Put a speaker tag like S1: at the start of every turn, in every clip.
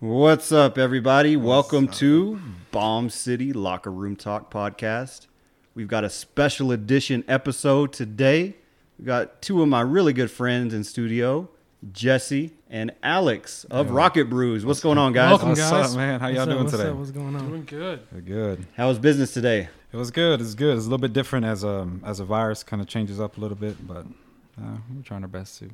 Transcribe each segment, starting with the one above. S1: What's up, everybody? Welcome to Bomb City Locker Room Talk Podcast. We've got a special edition episode today. We've got two of my really good friends in studio, Jesse and Alex of Rocket Brews. What's going on, guys?
S2: Welcome,
S3: What's
S2: guys.
S3: up, man? How y'all
S2: What's up?
S3: doing
S2: What's
S3: today?
S2: Up? What's going on?
S4: Doing good.
S3: We're Good.
S1: How's business today?
S3: It was good. It's good. It's a little bit different as um as a virus kind of changes up a little bit, but uh, we're trying our best to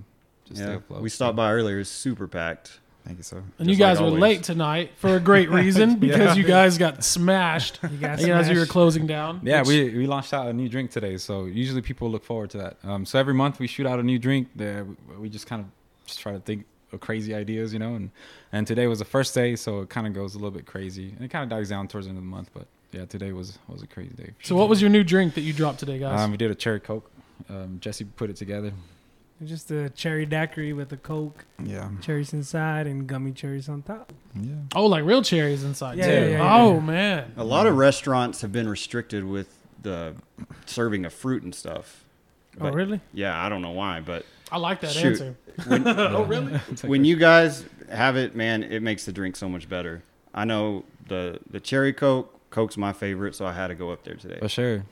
S3: just stay
S1: Yeah,
S3: afloat.
S1: we stopped by earlier. It's super packed.
S3: Thank you, sir.
S1: Just
S4: And you guys
S1: like
S4: were
S1: always.
S4: late tonight for a great reason because you guys got smashed. You
S2: got
S4: as we were
S2: smashed.
S4: closing down.
S3: Yeah,
S4: which-
S3: we, we launched out a new drink today, so usually people look forward to that. Um, so every month we shoot out a new drink. There we- we just kind of just try to think of crazy ideas, you know. And and today was the first day, so it kind of goes a little bit crazy, and it kind of dies down towards the end of the month. But yeah, today was was a crazy day.
S4: So what was your new drink that you dropped today, guys?
S3: Um, we did a cherry coke. Um, Jesse put it together.
S2: Just a cherry daiquiri with a Coke,
S3: Yeah,
S2: cherries inside, and gummy cherries on top.
S3: yeah.
S4: oh, like real cherries inside.
S2: Yeah,
S4: too.
S3: yeah,
S2: yeah,
S4: oh
S2: yeah.
S4: man.
S1: A lot of restaurants have been restricted with the serving of fruit and stuff.
S2: Oh,
S1: But-
S2: really?
S1: Yeah, I don't know why, but
S4: I like that
S1: Shoot.
S4: answer. oh really?
S1: when you guys have it, man, it makes the drink so much better. I know the the cherry coke, coke's my favorite, so I had to go up there today.
S3: For sure.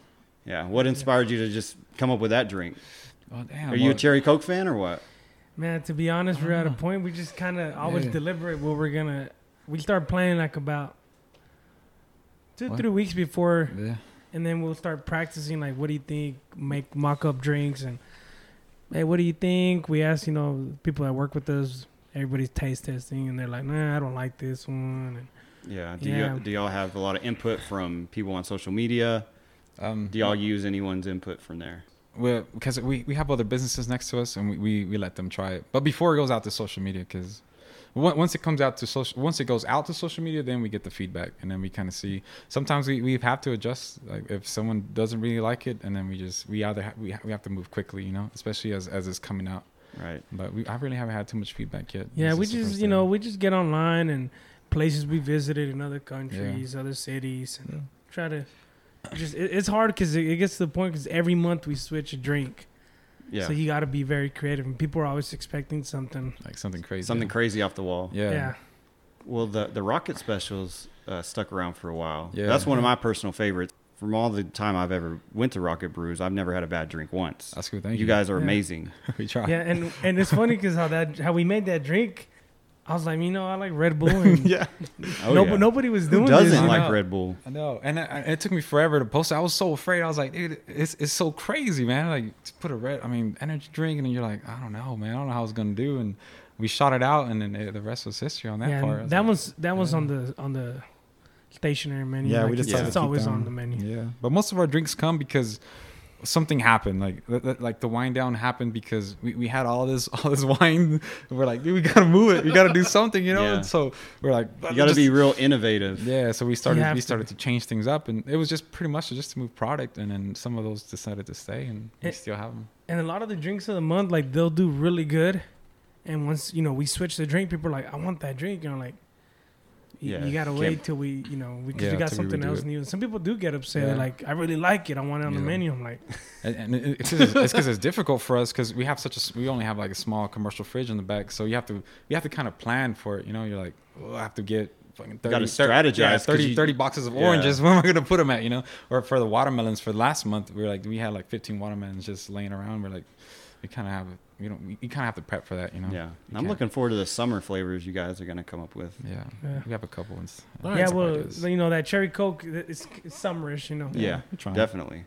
S1: Yeah, what inspired you to just come up with that drink?
S3: Oh, damn.
S1: Are you a
S3: well,
S1: cherry coke fan or what?
S2: Man, to be honest, we're at a point we just kind of always
S3: Ah. Yeah.
S2: deliberate what we're gonna. We start planning like about two,
S3: What?
S2: three weeks before,
S3: Yeah.
S2: and then we'll start practicing. Like, what do you think? Make mock-up drinks and. Hey, what do you think? We asked, you know, people that work with us. Everybody's taste testing, and they're like, "Nah, I don't like this one." And
S1: Yeah, do
S2: Yeah.
S1: you do y'all have a lot of input from people on social media?
S3: Um,
S1: Do y'all use anyone's input from there?
S3: Well, because we, we have other businesses next to us and we, we, we let them try it. But before it goes out to social media, because once it comes out to social, once it goes out to social media, then we get the feedback and then we kind of see. Sometimes we, we have to adjust, like if someone doesn't really like it, and then we just we either ha- we ha- we have to move quickly, you know, especially as as it's coming out.
S1: Right.
S3: But we I really haven't had too much feedback yet.
S2: Yeah,
S3: This
S2: we
S3: is the
S2: just
S3: first
S2: you know
S3: day.
S2: we just get online and places we visited in other countries, other cities, and try to just. It, it's hard because it, it gets to the point because every month we switch a drink,
S1: Yeah.
S2: so you got to be very creative, and people are always expecting something.
S3: like something crazy.
S1: Something crazy off the wall.
S3: Yeah.
S2: yeah.
S1: Well, the the rocket specials uh, stuck around for a while.
S3: Yeah.
S1: That's one of my personal favorites. From all the time I've ever went to Rocket Brews, I've never had a bad drink once.
S3: That's good.
S1: You
S3: Thank you,
S1: guys are
S2: Yeah.
S1: amazing.
S3: we try.
S2: Yeah, and and it's funny because how that how we made that drink. I was like, you know, I like Red Bull, and
S1: yeah. Oh,
S2: nobo-
S1: yeah.
S2: nobody was doing
S1: Who
S2: this.
S1: doesn't
S2: you
S1: like
S2: know?
S1: Red Bull?
S3: I know, and I, I- it took me forever to post. it. I was so afraid. I was like, dude, it's it's so crazy, man. Like, to put a red, I mean, energy drink, and then you're like, I don't know, man. I don't know how it's gonna do. And we shot it out, and then it, the rest was history on that
S2: yeah,
S3: part. I
S2: and
S3: was
S2: that
S3: like,
S2: one's that one's on the on the stationary menu.
S3: Yeah,
S2: like,
S3: we
S2: it's-
S3: decided
S2: it's
S3: to keep
S2: always
S3: that
S2: on
S3: one.
S2: the menu.
S3: Yeah, but most of our drinks come because something happened. Like th- th- like the wind down happened because we, we had all this all this wine. We're like, dude, we gotta move it. We gotta do something, you know.
S1: Yeah.
S3: And so we're like,
S1: You got to
S3: just-
S1: be real innovative.
S3: Yeah, so we started
S2: have
S3: we
S2: to.
S3: started to change things up, and it was just pretty much just to move product, and then some of those decided to stay, and we
S2: It-
S3: still have them.
S2: and a lot of the drinks of the month, like they'll do really good. And once you know we switch the drink, people are like, "I want that drink," and I'm like, "You,
S1: Yeah,
S2: you gotta
S1: can't-
S2: wait till we, you know, because
S3: Yeah,
S2: we got
S3: till we
S2: something
S3: redo
S2: else
S3: it.
S2: new." And some people do get upset. They're
S3: Yeah.
S2: like, "I really like it. I want it on the
S3: Yeah.
S2: menu." I'm like,
S3: And, and it- it's because it's, 'cause it's difficult for us because we have such a s- we only have like a small commercial fridge in the back, so you have to you have to kind of plan for it. You know, you're like, oh, I have to get. fucking
S1: gotta
S3: 30, 30
S1: strategize
S3: yeah,
S1: 'cause
S3: 30,
S1: you-
S3: 30 boxes of
S1: Yeah.
S3: oranges. Where am I gonna put them at? You know, or for the watermelons for last month, we were like we had like fifteen watermelons just laying around. We're like, we kind of have we don't we, you kind of have to prep for that. You know.
S1: Yeah.
S3: You
S1: I'm
S3: can't-
S1: looking forward to the summer flavors you guys are going to come up with.
S3: Yeah.
S2: Yeah.
S3: We have a couple ones.
S4: All right,
S2: "Yeah,
S3: Some
S2: well,
S3: ideas.
S2: you know that cherry coke. th- It's, it's summerish, you know."
S1: Yeah,
S3: we're trying.
S1: definitely.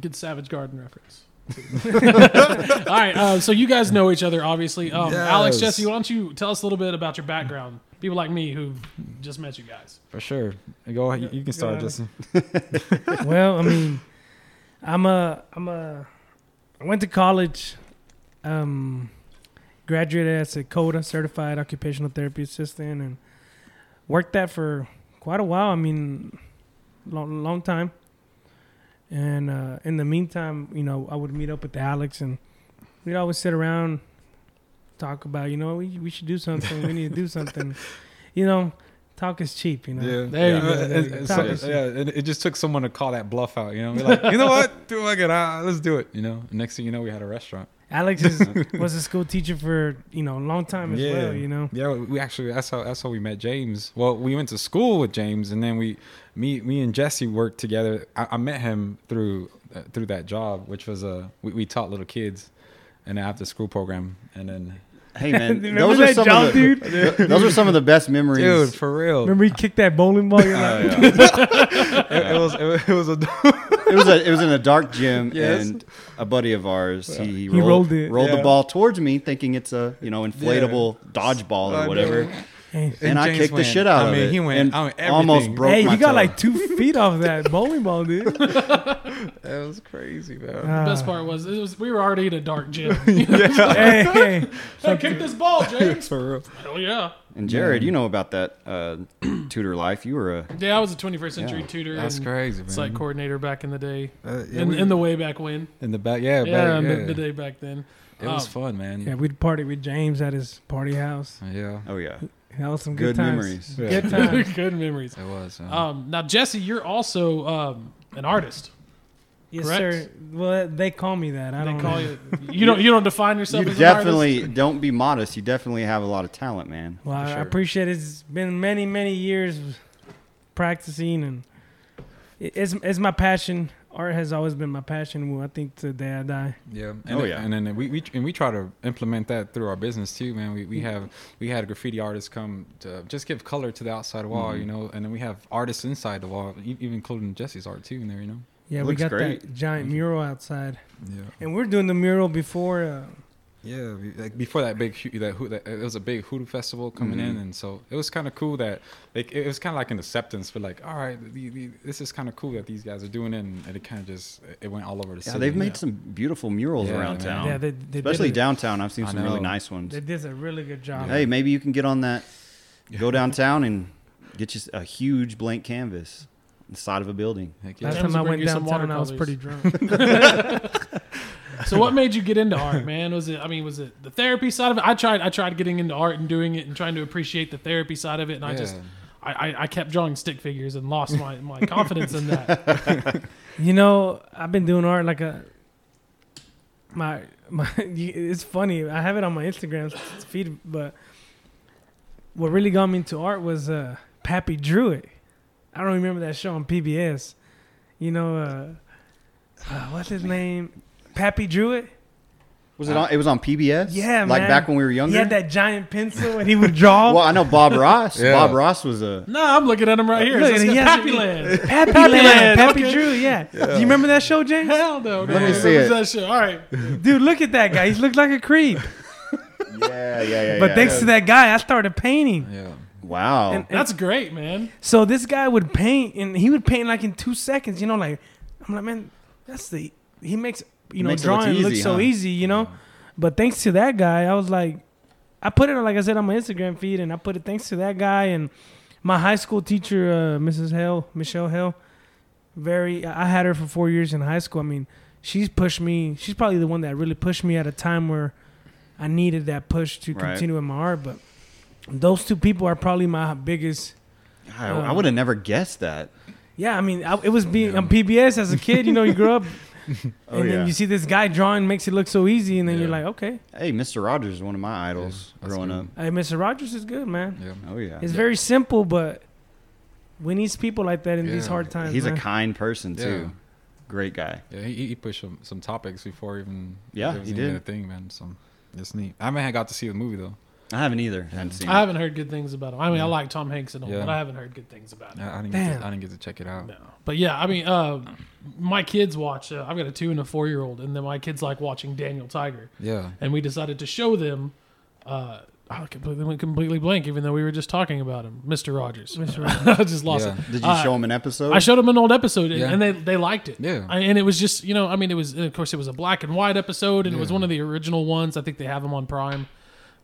S4: Good Savage Garden reference. All right, uh, so you guys know each other, obviously. Um, Alex,
S3: Yes.
S4: Jesse, why don't you tell us a little bit about your background? People like me who just met you guys.
S3: For sure. Go ahead. You can start,
S2: Yeah.
S3: Justin.
S2: well, I mean, I'm a, I'm a, I went to college, um, graduated as a CODA, certified occupational therapy assistant, and worked that for quite a while. I mean, long, long time. And uh, in the meantime, you know, I would meet up with Alex, and we'd always sit around, talk about, you know, we we should do something. we need to do something. You know, talk is cheap. You know.
S4: There you
S3: yeah.
S4: go,
S3: Uh,
S2: there you
S3: uh,
S2: go.
S3: so-
S2: Tacos.
S3: yeah, and it just took someone to call that bluff out. You know, we're like, you know what? Do I get out? Let's do it. You know. Next thing you know, we had a restaurant.
S2: Alex is, was a school teacher for you know a long time as well. You know,
S3: Yeah, we actually that's how that's how we met James. Well, we went to school with James, and then we, me, me and Jesse worked together. I, I met him through uh, through that job, which was uh, we, we taught little kids, in an after school program, and then
S1: Hey man,
S2: Remember
S1: those are
S2: that
S1: some
S2: job,
S1: of the, those are some of the best memories.
S3: dude, for real,
S2: remember he kicked that bowling ball? You're like,
S1: Oh, yeah.
S3: it, it was it, was- it was a
S1: it was a, it was in a dark gym,
S3: Yes.
S1: and a buddy of ours he,
S2: He rolled it.
S1: rolled
S3: Yeah.
S1: the ball towards me, thinking it's a you know inflatable dodgeball or whatever.
S2: hey,
S1: And, I
S3: James
S1: kicked the
S3: went.
S1: shit out
S3: I
S1: of
S3: mean,
S1: it.
S3: he went-
S1: and
S3: I mean,
S1: almost
S3: everything.
S1: broke
S2: hey,
S1: my
S2: you got
S1: toe.
S2: like two feet off that bowling ball, dude.
S3: That was crazy, man.
S4: The
S2: Ah.
S4: best part was, it was we were already in a dark gym. yeah.
S2: Uh, hey, hey,
S4: hey, kick this ball, James.
S3: For real.
S4: Hell yeah.
S1: And Jared, you know about that uh, tutor life. You were a
S4: Yeah, I was a 21st century
S1: Yeah.
S4: tutor.
S3: That's
S4: and
S3: crazy, man.
S4: Site coordinator back in the day,
S3: Uh, yeah,
S4: in,
S3: we-
S4: in the way back when.
S3: in the back, yeah,
S4: Yeah,
S3: back,
S4: in the-
S3: yeah.
S4: the day back then.
S3: it was
S4: um,
S3: fun, man. Uh,
S2: yeah, we'd party with James at his party house.
S3: yeah,
S1: oh yeah,
S2: That was some
S1: good,
S2: good,
S1: memories.
S2: times.
S3: Yeah.
S2: Good times.
S4: Good memories.
S3: it was. man.
S4: Um, now, Jesse, you're also um, an artist.
S2: Yes,
S4: Correct?
S2: sir. Well, they call me that. I
S4: They
S2: don't
S4: call
S2: know.
S4: you. You don't. You don't define
S1: You
S4: yourself as an
S1: definitely don't be modest. You definitely have a lot of talent, man.
S2: Well, I-
S3: sure.
S2: I appreciate it. It's been many, many years practicing, and it- it's it's my passion. Art has always been my passion. Well, I think till the day I die.
S3: Yeah. And
S1: Oh,
S3: then-
S1: yeah.
S3: And then we, we and we try to implement that through our business too, man. We we have we had graffiti artists come to just give color to the outside wall, you know, and then we have artists inside the wall, e- even including Jesse's art too in there, you know.
S2: Yeah, we
S1: Looks
S2: got that
S1: great.
S2: giant mural outside,
S3: Yeah.
S2: and we're doing the mural before. Uh,
S3: Yeah, we- like before that big hu- that, hoo- that it was a big hoodoo festival coming
S4: Mm-hmm.
S3: in, and so it was kind of cool that like it was kind of like an acceptance for like, all right, the, the, this is kind of cool that these guys are doing it, and, and it kind of just it went all over the
S1: Yeah,
S3: city.
S1: they've made
S4: yeah.
S1: some beautiful murals
S3: Yeah,
S1: around
S3: man.
S1: town,
S2: yeah, they, they
S1: especially
S2: did a,
S1: downtown. I've seen
S3: I
S1: some really
S3: know.
S1: nice ones.
S2: They did a really good job.
S1: Hey, maybe you can get on that. Go downtown and get you s- a huge blank canvas on the side of a building.
S3: Heck yeah.
S2: Last
S4: James
S2: time I
S4: will bring
S2: went
S4: you some
S2: downtown, I was
S4: watercolors.
S2: pretty drunk.
S4: artist. So, what made you get into art, man? Was it? I mean, was it the therapy side of it? I tried. I tried getting into art and doing it and trying to appreciate the therapy side of it, and I just.
S3: Yeah.
S4: I, I, I kept drawing stick figures and lost my, my confidence in that.
S2: you know, I've been doing art like a. My my, you- it's funny. I have it on my Instagram s- feed, but what really got me into art was uh, Pappy Drew it. I don't remember that show on PBS. You know, uh, uh, what's his name? Pappy Drew it.
S1: Was it on? It was on PBS.
S2: Yeah,
S1: like
S2: man.
S1: back when we were younger.
S2: He had that giant pencil and he would draw.
S1: well, I know Bob Ross.
S3: Yeah.
S1: Bob Ross was a.
S4: no, I'm looking Uh, at him right here.
S2: Look,
S4: It's
S2: he
S4: got
S2: has-
S4: Happy Land.
S2: Pappy,
S4: Land,
S2: Land, Pappy
S4: okay.
S2: Drew, yeah. Do you remember that show, James?
S4: Hell no.
S1: Let me
S4: dude.
S1: see it.
S4: That shit. All right.
S2: Dude, look at that guy. He looked like a creep.
S1: Yeah, yeah, yeah.
S2: But
S1: yeah.
S2: thanks to that guy, I started painting.
S3: Yeah.
S1: Wow.
S2: And-
S4: That's great, man.
S2: So this guy would paint, and he would paint like in two seconds. You know, like I'm like, man, that's the he makes you know
S1: makes it look
S2: drawing look
S1: easy,
S2: so
S1: huh?
S2: easy. You know, but thanks to that guy, I was like, I put it like I said on my Instagram feed, and I put it thanks to that guy and my high school teacher, uh, Mrs. Hell, Michelle Hell. Very, I I had her for four years in high school. I mean, she's pushed me. She's probably the one that really pushed me at a time where I needed that push to
S1: Right.
S2: continue in my art. But those two people are probably my biggest
S1: I, I
S2: um,
S1: would have never guessed that.
S2: yeah, I mean, I, it was being on PBS as a kid. You know, you grow up,
S1: Oh,
S2: and
S1: yeah.
S2: then you see this guy drawing, makes it look so easy, and then you're
S3: Yeah.
S2: like, okay,
S1: Hey, Mr. Rogers is one of my idols
S3: Yeah, that's
S1: growing
S3: good.
S1: up.
S2: hey, Mr. Rogers is good, man.
S3: Yeah.
S1: Oh yeah.
S2: It's very simple, but we need people like that in these
S3: Yeah.
S2: hard times.
S1: He's a
S2: man.
S1: kind person too.
S3: Yeah.
S1: Great guy.
S3: Yeah, he, he pushed some, some topics before even
S1: Yeah,
S3: it was
S1: he
S3: even
S1: did.
S3: a thing, man. So it's neat. I haven't had- got to see the movie though.
S1: I haven't either. I haven't seen.
S4: I
S1: it.
S4: haven't heard good things about him. I mean, I like Tom Hanks and all,
S3: Yeah.
S4: but I haven't heard good things about him.
S3: I, I didn't
S2: Damn.
S3: get to, I didn't get to check it out.
S4: No. But yeah, I mean, uh, my kids watch. Uh, I've got a two and a four year old, and then my kids like watching Daniel Tiger,
S3: Yeah,
S4: and we decided to show them. Uh, I completely went completely blank, even though we were just talking about him, Mister Rogers.
S2: Mr.
S4: I just lost
S3: Yeah.
S4: it.
S1: Did you
S4: Uh,
S1: show him an episode?
S4: I showed them an old episode, and,
S3: Yeah.
S4: and they they liked it.
S3: Yeah.
S4: I, and it was just you know, I mean, it was of course it was a black and white episode, and it was one of the original ones. I think they have them on Prime.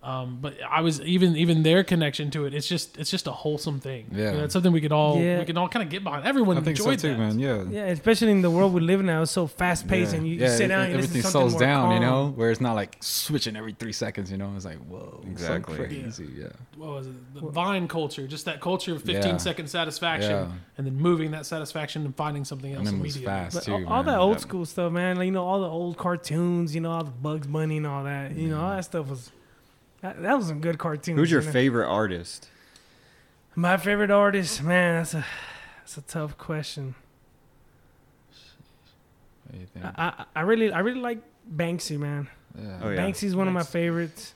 S4: Um, but I was even even their connection to it. It's just it's just a wholesome thing.
S3: Yeah.
S4: You know, it's something we could all
S2: Yeah.
S4: we can all kind of get behind. Everyone
S3: I think so
S4: enjoyed
S3: too,
S4: that.
S3: man. Yeah.
S2: Yeah, especially in the world we live now, it's so fast paced, and you, you sit down and
S3: e- everything
S2: listen to something
S3: slows
S2: more
S3: down, you
S2: calm.
S3: know, where it's not like switching every three seconds, you know. It's like whoa,
S1: Exactly.
S3: exactly, so crazy, yeah.
S4: What was it? The Vine culture, just that culture of 15 second
S3: Yeah.
S4: satisfaction,
S3: Yeah.
S4: and then moving that satisfaction and finding something else
S3: And then it was
S4: immediately.
S3: fast
S2: But
S3: too.
S2: all, all
S3: man.
S2: that old
S1: Yeah.
S2: school stuff, man. Like, you know, all the old cartoons. You know, all the Bugs Bunny and all that. You know, all that stuff was. That, that was some good cartoons.
S1: Who's your
S2: you know?
S1: favorite artist?
S2: My favorite artist, man. That's a that's a tough question.
S3: What do you think?
S2: I, I I really I really like Banksy, man.
S3: yeah.
S1: Oh, yeah.
S2: Banksy's one of my
S4: Banksy.
S2: favorites.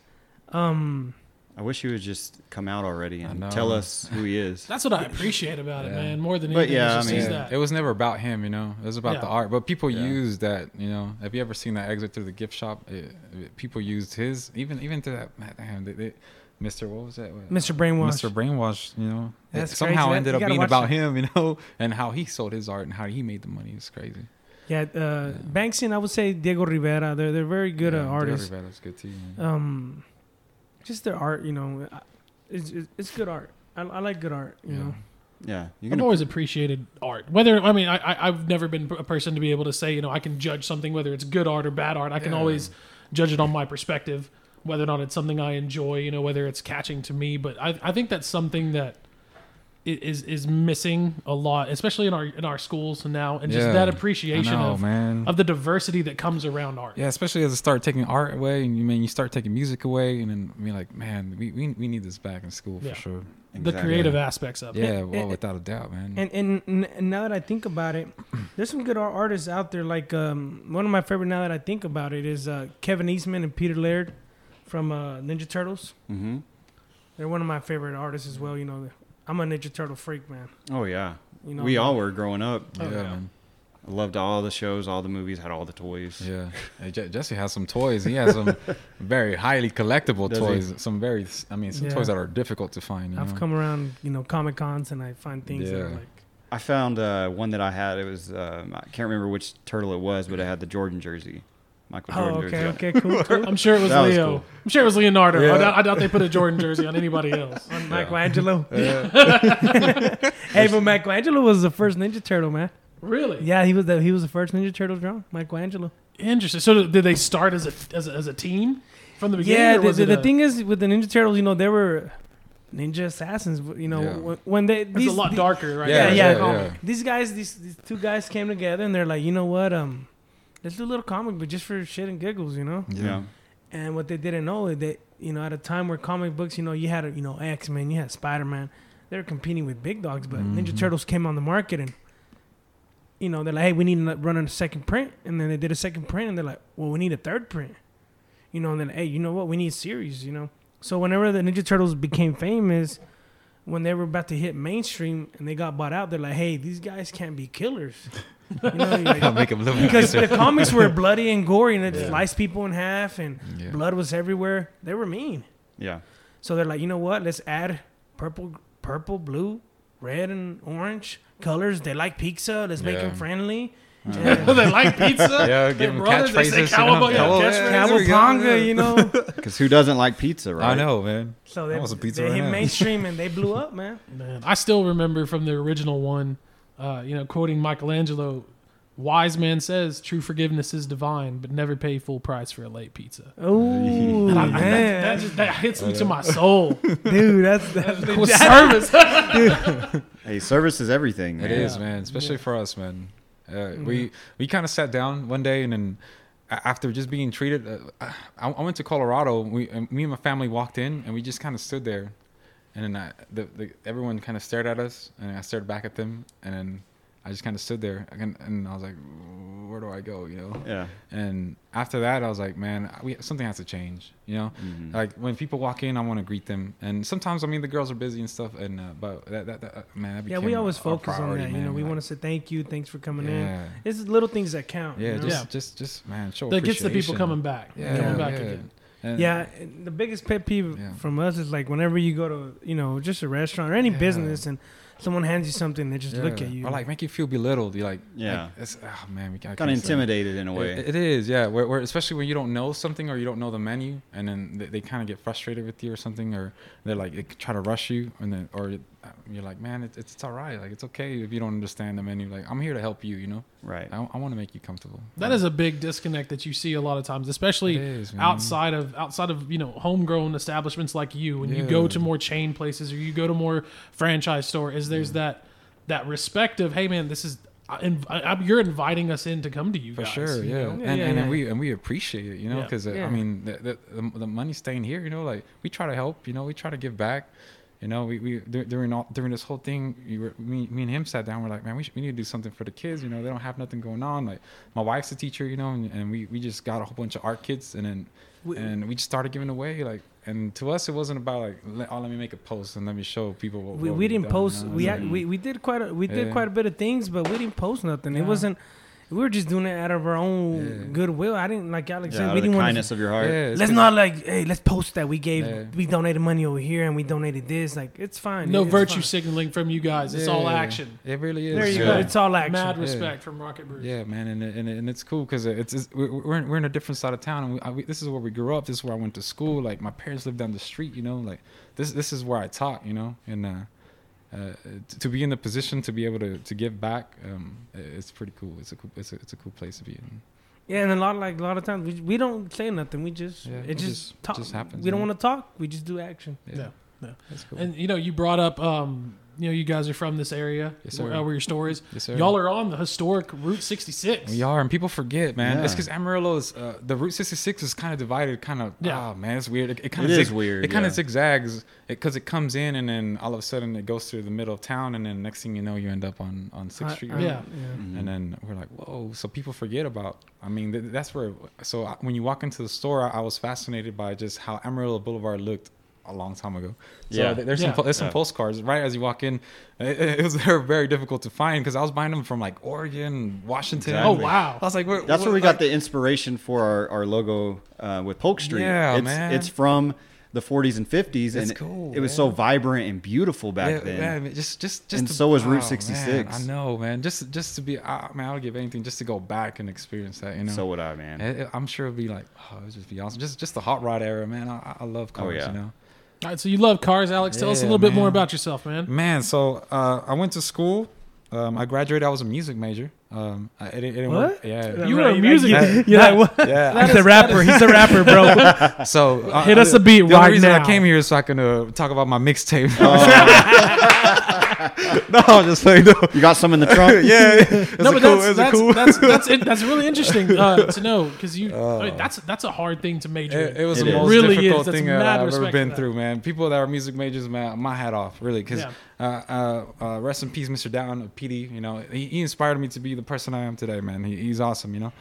S2: Um,
S1: I wish he would just come out already
S3: I
S1: and
S3: know.
S1: tell us who he is.
S4: That's what I appreciate about it,
S3: Yeah.
S4: man. More than
S1: But
S4: anything,
S1: yeah,
S4: it's
S1: I
S4: just
S1: mean-
S4: is
S3: Yeah.
S4: that.
S3: It was never about him, you know. It was about
S4: Yeah.
S3: the art. But people
S1: Yeah.
S3: used that, you know. Have you ever seen that exit through the gift shop? It, it- people used his, even even to that. Man, damn, they, they, Mr. What was that? What-
S2: Mr. Brainwash.
S3: Mr. Brainwash, you know.
S2: That's
S3: it somehow
S2: crazy. That-
S3: ended
S2: you
S3: up
S2: gotta
S3: being
S2: watch
S3: about
S2: it.
S3: him, you know, and how he sold his art and how he made the money. It's crazy.
S2: yeah, uh, Banksy and I would say Diego Rivera. They're they're very good
S3: yeah,
S2: uh, artists.
S3: That's good too. man.
S2: Um, just their art, you know, I- it's it's, it's good art. I, I like good art, you
S3: Yeah.
S2: know.
S1: Yeah, you
S4: I've
S1: can.
S4: always appreciated art. Whether I mean, I, I I've never been a person to be able to say you know I can judge something whether it's good art or bad art. I can
S3: Yeah.
S4: always judge it on my perspective, whether or not it's something I enjoy. You know, whether it's catching to me. But I I think that's something that i- is is missing a lot, especially in our in our schools now, and just
S3: Yeah.
S4: that
S3: I
S4: appreciation
S3: know,
S4: of
S3: man.
S4: of the diversity that comes around art.
S3: Yeah, especially as I start taking art away, and you mean you start taking music away, and then be like, man, we, we, we need this back in school
S4: Yeah.
S3: for sure.
S4: The
S1: Exactly.
S4: creative aspects of it.
S3: Yeah, well,
S2: and-
S3: without a doubt, man.
S2: And and n- now that I think about it, there's some good art artists out there. Like um, one of my favorite now that I think about it is uh, Kevin Eastman and Peter Laird from uh, Ninja Turtles.
S1: hmm
S2: They're one of my favorite artists as well. You know, I'm a Ninja Turtle freak, man.
S1: Oh yeah,
S2: You know,
S1: we all were growing up.
S4: Oh,
S3: yeah,
S4: yeah.
S3: man.
S1: I loved all the shows, all the movies, had all the toys.
S3: Yeah. Hey, Je- Jesse has some toys. He has some very highly collectible
S1: Does
S3: toys. Some very, s- I mean, some
S2: Yeah.
S3: toys that are difficult to find. You
S2: I've
S3: know?
S2: come around, you know, comic cons and I find things that are
S3: Yeah.
S2: like,
S1: I found uh, one that I had. It was um, I can't remember which turtle it was, but it had the Jordan jersey, Michael
S2: oh,
S1: Jordan
S2: okay,
S1: jersey.
S2: okay, cool, cool.
S4: I'm sure it was
S1: That was
S4: Leo.
S1: cool.
S4: I'm sure it was Leonardo. I,
S3: Yeah.
S4: doubt, I doubt they put a Jordan jersey on anybody else.
S2: On Michelangelo.
S3: Yeah.
S2: hey, but Michelangelo was the first Ninja Turtle, man.
S4: Really?
S2: Yeah, he was the he was the first Ninja Turtle drawn, Michelangelo.
S4: Interesting. So did they start as a as a, as a team from the beginning?
S2: Yeah,
S4: or
S2: the,
S4: was
S2: the,
S4: it
S2: the
S4: a-
S2: thing is with the Ninja Turtles, you know, they were ninja assassins. You know,
S3: Yeah.
S2: when- when they
S4: It's a
S2: these
S4: lot
S2: the-
S4: darker, right?
S2: Yeah,
S4: now.
S2: yeah,
S4: Comic.
S3: yeah.
S2: these guys, these, these two guys came together and they're like, you know what, um, let's do a little comic, but just for shit and giggles, you know.
S1: Yeah.
S2: And what they didn't know is that you know at a time where comic books, you know, you had you know X Men, you had Spider Man, they were competing with big dogs, but Ninja
S3: Mhm.
S2: Turtles came on the market and you know they're like, hey, we need to run a second print, and then they did a second print, and they're like, well, we need a third print, you know, and then hey, you know what, we need a series, you know. So whenever the Ninja Turtles became famous, when they were about to hit mainstream and they got bought out, they're like, hey, these guys can't be killers, you know, like-
S3: I'll make him look
S2: because
S3: nicer.
S2: the comics were bloody and gory and it
S4: Yeah.
S2: sliced people in half and
S3: Yeah.
S2: blood was everywhere. They were mean.
S1: Yeah.
S2: So they're like, you know what? Let's add purple, purple, blue, red, and orange colors. They like pizza. Let's make
S3: Yeah.
S2: them friendly.
S4: Yeah. they like pizza.
S3: Yeah,
S4: They
S3: give him
S4: brothers, they say
S3: catchphrases.
S4: cowabunga,
S3: you know?
S4: catchphrase.
S3: there we go, yeah.
S2: Cowabunga, you know.
S1: Because who doesn't like pizza, right?
S3: I know, man.
S2: So
S3: That
S2: they,
S3: was a pizza
S2: they
S3: right
S2: hit
S3: now.
S2: mainstream and they blew up, man.
S4: Man, I still remember from the original one, uh, you know, quoting Michelangelo, wise man says, true forgiveness is divine, but never pay full price for a late pizza.
S2: Oh
S4: And I- I- that-
S2: man,
S4: that, just, that hits me to my soul.
S2: dude, that's, that's
S4: Cool service.
S1: Hey, service is everything.
S3: It
S1: man.
S3: is, man, especially for us, man. Uh, We we kind of sat down one day, and then a- after just being treated, uh, I, I went to Colorado. We and me and my family walked in, and we just kind of stood there, and then I, the, the, everyone kind of stared at us, and I stared back at them, and then I just kind of stood there, and, and I was like, "Where do I go?" You know.
S1: Yeah.
S3: And after that, I was like, "Man, we something has to change." You know.
S1: Mhm.
S3: Like when people walk in, I want to greet them, and sometimes I mean the girls are busy and stuff, and uh, but that, that, that uh, man, that
S2: yeah.
S3: became
S2: We always
S3: our
S2: focus on
S3: priority,
S2: that. You
S3: man.
S2: know, we
S3: Like,
S2: want to say thank you, thanks for coming in.
S3: yeah.
S2: It's little things that count.
S3: Yeah,
S2: you know?
S3: just,
S4: Yeah.
S3: just, just, man, show
S4: that gets the people
S3: appreciation.
S4: coming back.
S3: Yeah,
S4: coming
S3: yeah.
S4: back again.
S3: And-
S2: Yeah, and the biggest pet peeve
S3: Yeah.
S2: from us is like whenever you go to you know just a restaurant or any
S3: Yeah.
S2: business and someone hands you something, they just look at you.
S3: or like make you feel belittled. You like
S1: Yeah.
S3: like, it's, oh man, we
S1: Kind of intimidated in a way.
S3: It, it is, yeah. Where, where especially when you don't know something or you don't know the menu, and then they, they kind of get frustrated with you or something, or they're like they try to rush you, and then or uh, you're like, man, it, it's, it's all right, like it's okay if you don't understand the menu. Like I'm here to help you, you know.
S1: right.
S3: I, I want to make you comfortable.
S4: That is a big disconnect that you see a lot of times, especially
S3: It is, man.
S4: outside of outside of you know homegrown establishments like you, and you go
S3: Yeah.
S4: to more chain places or you go to more franchise store. Is there's that that respect of hey man, this is I, inv- I, I, you're inviting us in to come to you
S3: For
S4: guys,
S3: sure,
S4: you
S3: yeah,
S4: know?
S3: and,
S2: Yeah,
S3: and,
S2: yeah, yeah.
S3: and we and we appreciate it, you know,
S4: Yeah.
S3: because
S2: Yeah.
S3: I mean, the, the, the the money's staying here, you know, like we try to help, you know, we try to give back, you know, we, we dur- during all during this whole thing, you were, me me and him sat down, we're like, man, we, should, we need to do something for the kids, you know, they don't have nothing going on, like my wife's a teacher, you know, and, and we we just got a whole bunch of art kids, and then
S2: We-
S3: and we just started giving away, like, and to us it wasn't about like, let, oh, let me make a post and let me show people what
S2: we,
S3: what
S2: we didn't
S3: done,
S2: post.
S3: you know,
S2: we
S3: it's
S2: had,
S3: like-
S2: we we did quite a, we did
S3: Yeah.
S2: quite a bit of things, but we didn't post nothing. It
S3: No.
S2: wasn't. We were just doing it out of our own
S3: Yeah.
S2: goodwill. I didn't like Alex
S1: Yeah,
S2: said.
S1: out
S2: We
S1: of the
S2: didn't want
S1: kindness
S2: to.
S1: of your
S3: yeah,
S1: heart.
S3: it's
S2: Let's
S3: 'cause-
S2: not like hey, let's post that we gave
S3: Yeah.
S2: we donated money over here and we donated this. Like it's fine.
S4: No
S2: It's
S4: virtue
S2: fine.
S4: signaling from you guys. It's
S3: yeah,
S4: all action.
S3: It really is.
S2: There you
S1: Yeah.
S2: go. It's all action.
S4: Mad
S3: Yeah.
S4: respect from Rocket Brew.
S3: Yeah, man, and it- and, it- and it's cool because it's, it's we're we're in, we're in a different side of town, and we, I, we, this is where we grew up. This is where I went to school. Like my parents lived down the street, you know. Like this this is where I taught, you know. And uh, uh, t- to be in the position to be able to, to give back, um, i- it's pretty cool. It's a cool it's a, it's a cool place to be in.
S2: Yeah, and a lot like a lot of times we, we don't say nothing. We just
S3: Yeah,
S2: it
S3: it
S2: just,
S3: just-
S2: talk.
S3: just happens,
S2: We don't
S3: yeah.
S2: want to talk. We just do action.
S3: Yeah,
S4: No, no.
S3: that's cool.
S4: And you know, you brought up um, you know, you guys are from this area
S3: Yes,
S4: where,
S3: sir.
S4: uh, where your store is.
S3: yes, sir.
S4: Y'all are on the historic Route 66.
S3: We are, and people forget, man.
S1: Yeah.
S3: It's because Amarillo is uh, the Route 66 is kind of divided, kind of.
S4: Yeah.
S3: Yeah, man, it's weird. It, kind
S1: It
S3: of
S1: is weird,
S3: It kind
S1: yeah.
S3: of zigzags because it, comes in, and then all of a sudden it goes through the middle of town, and then next thing you know, you end up on on Sixth Street.
S2: I- I-
S3: right?
S4: Yeah.
S1: Mm-hmm.
S3: And then we're like, whoa! So people forget about. I mean, th- that's where. So I, when you walk into the store, I, I was fascinated by just how Amarillo Boulevard looked a long time ago. So
S1: Yeah.
S3: th- there's
S4: Yeah.
S3: some po- there's some
S1: Yeah.
S3: postcards right as you walk in. It, it was they were very difficult to find because I was buying them from like Oregon, Washington.
S4: Oh
S1: Exactly.
S4: wow.
S3: I was like,
S1: That's where we got the inspiration for our, our logo uh, with Polk Street.
S3: Yeah,
S1: it's,
S3: man.
S1: It's from the 40s and 50s,
S3: It's
S1: and it-
S3: cool,
S1: it was
S3: man.
S1: so vibrant and beautiful back then.
S3: Man, just, just, just
S1: And so was Route
S3: man,
S1: 66.
S3: I know, man. Just, just to be, I, man, I would give anything just to go back and experience that. You know,
S1: So would I, man.
S3: It- it- I'm sure it'd be like, oh, it'd just be awesome. Just, just the hot rod era, man. I, I- I love cars.
S1: yeah.
S3: You know,
S4: All right, so you love cars, Alex. Tell us a
S3: Yeah,
S4: little bit more
S3: man.
S4: about yourself, man.
S3: man. So uh, I went to school. Um, I graduated. I was a music major. Um, I, it, it didn't work.
S2: What?
S3: Yeah.
S2: You
S4: You
S2: were
S4: were
S2: a
S4: like-
S2: music.
S3: Yeah.
S2: You're like what?
S3: Yeah,
S2: He's a rapper. He's a rapper, bro.
S3: so uh,
S4: Hit us a beat
S3: the only
S4: right
S3: reason
S4: now.
S3: I came here is so I can uh, talk about my mixtape. Oh. no, I'm just like no.
S1: you got some in the trunk?
S3: Yeah, it's
S4: no,
S3: a
S4: but
S3: cool,
S4: that's
S3: it's a
S4: that's,
S3: cool-
S4: that's that's it, that's really interesting uh, to know because you I mean, that's that's a hard thing to major.
S3: Oh. It,
S4: in.
S3: it was
S1: It
S3: the
S1: is.
S3: most
S4: Really is.
S3: difficult
S4: That's
S3: thing
S4: mad
S3: that I've ever
S4: respect
S3: been
S4: for that.
S3: througman. through, man. People that are music majors, man, my hat off, really. Because
S4: Yeah.
S3: uh, uh, uh, rest in peace, Mr. Down, of PD. You know, he, he inspired me to be the person I am today, man. He, he's awesome, you know.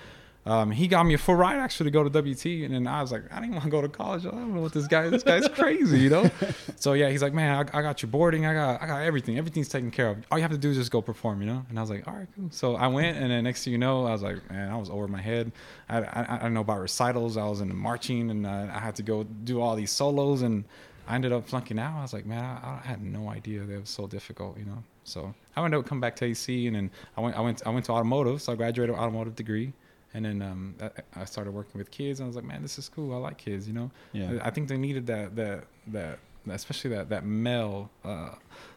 S3: Um, he got me a full ride actually to go to WT, and then I was like, I didn't want to go to college. I don't know what this guy. This guy's crazy, you know. So yeah, he's like, man, I, I got your boarding, I got, I got everything. Everything's taken care of. All you have to do is just go perform, you know. And I was like, all right, cool. So I went, and then next thing you know, I was like, man, I was over my head. I, I, I don't know about recitals. I was in marching, and uh, I had to go do all these solos, and I ended up flunking out. I was like, man, I, I had no idea that was so difficult, you know. So I ended up coming back to AC, and then I went, I went, I went to automotive. So I graduated with automotive degree, and then um, I, I started working with kids. And I was like, man, this is cool. I like kids, you know.
S1: Yeah.
S3: I think they needed that, that, that, that especially that that male, uh,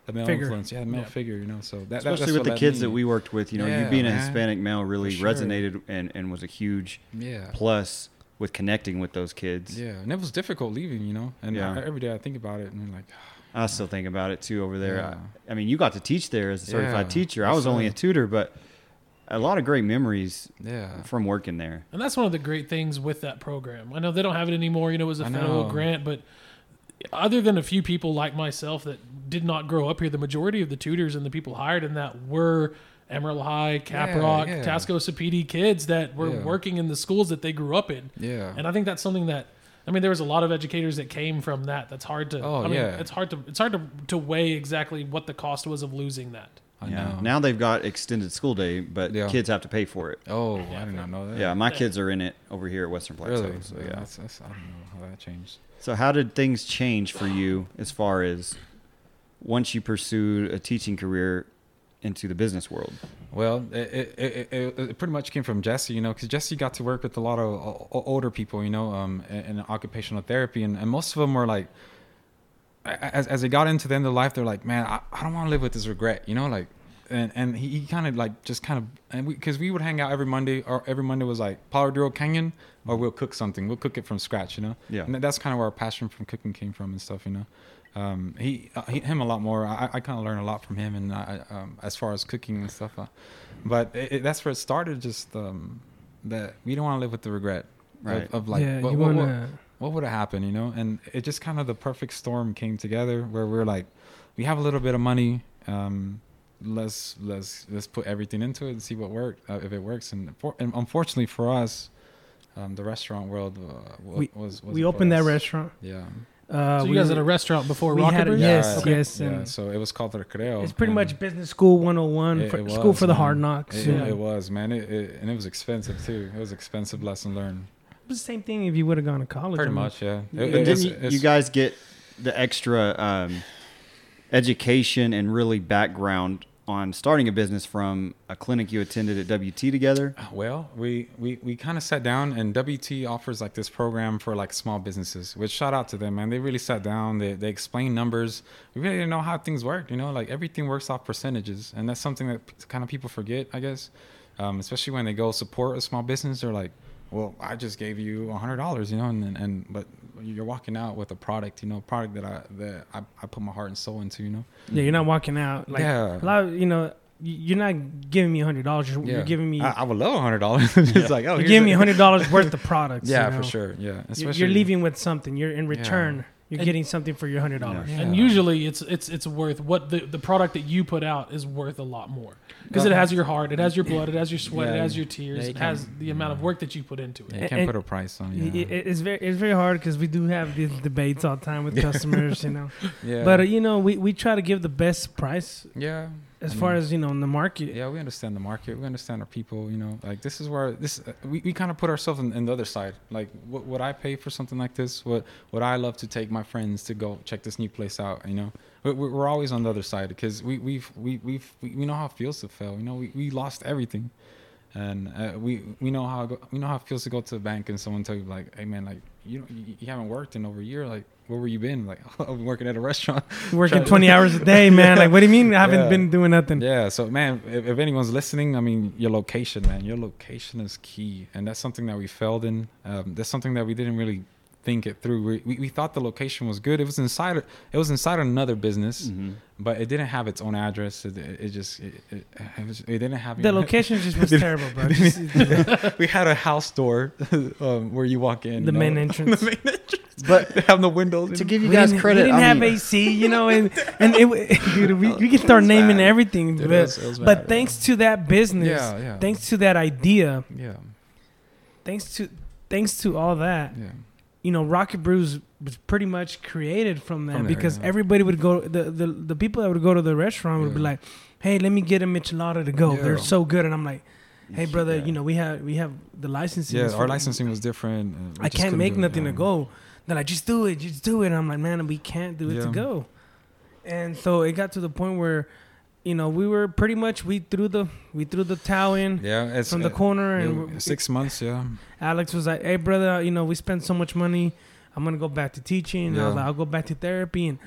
S3: the male
S2: Figure.
S3: influence, yeah, the male
S4: Yeah.
S3: figure, you know. So that, that- that's
S1: Especially
S3: what
S1: with the
S3: led
S1: kids
S3: me.
S1: that we worked with, you know, you
S3: Yeah,
S1: being a
S3: man.
S1: Hispanic male really
S3: sure.
S1: resonated and, and was a huge
S3: yeah.
S1: plus with connecting with those kids.
S3: Yeah, and it was difficult leaving, you know. And
S1: Yeah.
S3: I- every day I think about it, and I'm like,
S1: I still think about it too over there.
S3: Yeah.
S1: I, I mean, you got to teach there as a certified
S3: Yeah,
S1: teacher. I
S3: that's
S1: was only a
S3: right.
S1: tutor, but a lot of great memories
S3: yeah,
S1: from working there.
S4: And that's one of the great things with that program. I know they don't have it anymore. You know, it was a
S3: I
S4: federal
S3: know.
S4: grant, but other than a few people like myself that did not grow up here, the majority of the tutors and the people hired in that were Emerald High, Caprock,
S3: yeah.
S4: Tasco Sapedi kids that were
S3: Yeah.
S4: working in the schools that they grew up in.
S3: yeah.
S4: And I think that's something that I mean, there was a lot of educators that came from that. That's hard to.
S3: Oh,
S4: I mean,
S3: yeah.
S4: It's hard to. It's hard to, to weigh exactly what the cost was of losing that.
S3: I
S1: yeah.
S3: know.
S1: Now they've got extended school day, but
S3: Yeah.
S1: kids have to pay for it.
S3: oh, I did not know that.
S1: Yeah, my kids are in it over here at Western Plateau.
S3: really.
S1: So
S3: Yeah,
S1: yeah.
S3: That's, that's, I don't know how that changed.
S1: So how did things change for you as far as once you pursued a teaching career into the business world?
S3: Well, it, it, it, it, it pretty much came from Jesse, you know, because Jesse got to work with a lot of o- o- older people, you know, um, in, in occupational therapy, and, and most of them were like, a- as as they got into the end of life, they're like, man, I, I don't want to live with this regret, you know, like, and and he, he kind of like just kind of and we because we would hang out every Monday or every Monday was like Power Duo Canyon or we'll cook something, we'll cook it from scratch, you know,
S1: Yeah.
S3: and that's kind of where our passion from cooking came from and stuff, you know. Um, he, uh, he him a lot more. I, I kind of learned a lot from him, and I, I, um, as far as cooking and stuff, uh, but it, it, that's where it started. Just um, that we don't want to live with the regret
S1: Right.
S3: of, of like
S2: yeah,
S3: what,
S2: you
S3: what-
S2: wanna
S3: what- what would have happened, you know? And it just kind of the perfect storm came together where we're like, we have a little bit of money. Um, let's let's let's put everything into it and see what work uh, if it works. And, for, and unfortunately for us, um, the restaurant world uh, wa-
S2: We-
S3: was, was
S2: we opened that restaurant.
S3: Yeah.
S2: Uh,
S4: so you
S2: we
S4: guys
S2: were-
S4: at a restaurant before
S2: we had a-
S4: Rocketbird?
S2: Yes,
S3: yeah,
S4: Okay.
S2: yes,
S3: yeah.
S2: and-
S3: So it was called the Recreo.
S2: It's pretty
S3: and
S2: much business school 101,
S3: Oh, It-
S2: for,
S3: it
S2: school
S3: was,
S2: for the
S3: man.
S2: hard knocks.
S3: It,
S2: you
S4: yeah.
S2: know.
S3: it was man, it, it, and it was expensive too. It was expensive lesson learned.
S2: It was the same thing if you would have gone to college.
S3: Pretty
S2: I mean.
S3: much, yeah.
S2: But
S3: It-
S1: But
S3: it- it's-
S1: didn't you-
S3: it's-
S1: you guys get the extra um, education and really background on starting a business from a clinic you attended at WT together?
S3: Well, we we, we kind of sat down, and WT offers like this program for like small businesses. Which shout out to them, man. They really sat down. They they explained numbers. We really didn't know how things worked. You know, like everything works off percentages, and that's something that p- kind of people forget, I guess. Um, especially when they go support a small business, they're like, "Well, I just gave you a hundred dollars, you know," and, and and but you're walking out with a product, you know, product that I that I, I put my heart and soul into, you know.
S2: Yeah, you're not walking out. Like,
S3: Yeah.
S2: a lot of, you know, y- you're not giving me $100. You're, you're giving me,
S3: I, I would love a hundred dollars. it's like, oh,
S2: you're
S3: here's
S2: giving
S3: a-
S2: me $100 worth of products.
S3: Yeah,
S2: you know?
S3: for sure. Yeah,
S2: You're, you're
S3: leaving.
S2: leaving with something. You're in return. You're
S4: And-
S2: getting something for your $100.
S3: Yeah.
S4: And usually it's it's it's worth what the, the product that you put out is worth a lot more because it
S3: Uh,
S4: has your heart, it has your blood, it has your sweat, it
S3: Yeah,
S4: has your
S3: yeah,
S4: tears,
S3: you
S4: it has
S3: can-
S4: the amount of work that you put into it.
S3: Yeah,
S2: And-
S3: you can't
S2: and-
S3: put a price on it.
S2: It-
S3: Yeah.
S2: it- it's very it's very hard because we do have these debates all the time with customers, you know.
S3: yeah.
S2: But uh, you know, we, we try to give the best price
S3: yeah.
S2: as
S3: I
S2: far
S3: mean,
S2: as you know in the market.
S3: yeah, we understand the market. We understand our people. You know, like this is where this uh, we, we kind of put ourselves in, in the other side. Like, what would I pay for something like this? What would I love to take my friends to go check this new place out? You know, we, we- we're always on the other side because we we've we we've we, we know how it feels to fail. You know, we, we lost everything, and uh, we we know how it go- we know how it feels to go to the bank and someone tell you like, hey man, like you don't, you, you haven't worked in over a year. Like, where were you been? Like, I've been working at a restaurant.
S2: Working
S3: Try to-
S2: 20 hours a day, man. Like, what do you mean? I haven't
S3: Yeah.
S2: been doing nothing.
S3: Yeah. So, man, if, if anyone's listening, I mean, your location, man, your location is key, and that's something that we failed in. Um, that's something that we didn't really think it through. We, we, we thought the location was good. It was inside. It was inside another business,
S2: Mm.
S1: Mm-hmm.
S3: but it didn't have its own address. It, it, it just it, it, it was- it didn't have
S2: The location just was terrible, bro. Just the
S3: we had a house door um, where you walk in. you know?
S2: main entrance.
S1: But
S3: They have no windows.
S1: to
S3: in-
S1: give you
S2: We
S1: guys
S2: didn't-
S1: credit,
S2: we didn't
S1: I
S2: have
S1: mean,
S2: AC, you know, and and it, w- dude, we, we can start
S3: It was
S2: naming
S3: bad.
S2: everything,
S3: Dude, it
S2: but,
S3: was- it was
S2: but
S3: bad,
S2: thanks to that business,
S3: Yeah, yeah.
S2: thanks to that idea,
S3: Yeah.
S2: thanks to thanks to all that,
S3: Yeah.
S2: you know, Rocket Brews was pretty much created from that
S3: From there,
S2: because
S3: yeah.
S2: everybody would go the, the the people that would go to the restaurant would be
S3: Yeah.
S2: like, "Hey, let me get a michelada to go. They're
S3: Yeah.
S2: so good." And I'm like, "Hey, brother,
S3: Yeah.
S2: you know, we have we have the licensing.
S3: Yeah.
S2: is
S3: Our
S2: for-
S3: licensing was different. and we
S2: I
S3: just
S2: can't
S3: couldn't
S2: make
S3: do it,
S2: nothing
S3: yeah.
S2: to go." They're like, "Just do it, just do it." And I'm like, "Man, we can't do it to
S3: Yeah.
S2: go." And so it got to the point where, you know, we were pretty much we threw the we threw the towel in
S3: Yeah. It's
S2: from the
S3: uh,
S2: corner, and
S3: yeah,
S2: we're-
S3: six months. Yeah.
S2: Alex was like, "Hey, brother, you know we spent so much money. I'm gonna go back to teaching." And I was
S3: Yeah.
S2: like, "I'll go back to therapy." And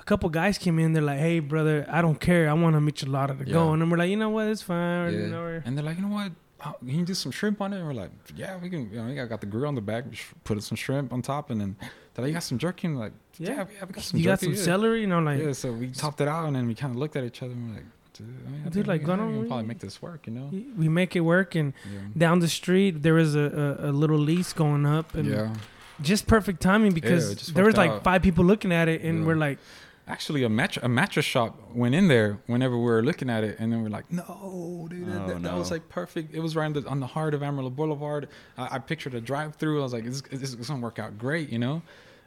S2: a couple guys came in. They're like, "Hey, brother, I don't care. I want a michelada to go."
S3: Yeah.
S2: And then we're like, "You know what? It's fine." You know, we're-
S3: And they're like, you know what? How- Can you do some shrimp on it? And we're like, yeah, we can. You know, I got the grill on the back. we should Put some shrimp on top, and then they're like, you got some jerky. And we're like, yeah,
S2: Yeah.
S3: yeah, we got some
S2: you got
S3: jerky.
S2: some
S3: yeah.
S2: celery, and I'm like,
S3: yeah, so we topped it out, and then we kind of looked at each other, and we're like, dude, I mean, I
S2: Dude,
S3: think
S2: like,
S3: we,
S2: gone
S3: I think we
S2: on-
S3: can probably make this work, you know?
S2: "We make it work." And
S3: Yeah.
S2: down the street, there was a, a, a little lease going up, and
S3: yeah.
S2: just perfect timing because
S3: it just
S2: there was
S3: worked
S2: like
S3: out.
S2: five people looking at it, and
S3: Yeah.
S2: we're like,
S3: Actually, a match a mattress shop went in there whenever we were looking at it, and then we're like, "No, dude, that,
S1: Oh,
S3: that, that
S1: no.
S3: was like perfect. It was right on the, on the heart of Amarillo Boulevard. I, I pictured a drive-through. I was like, this, this is gonna work out great, you know."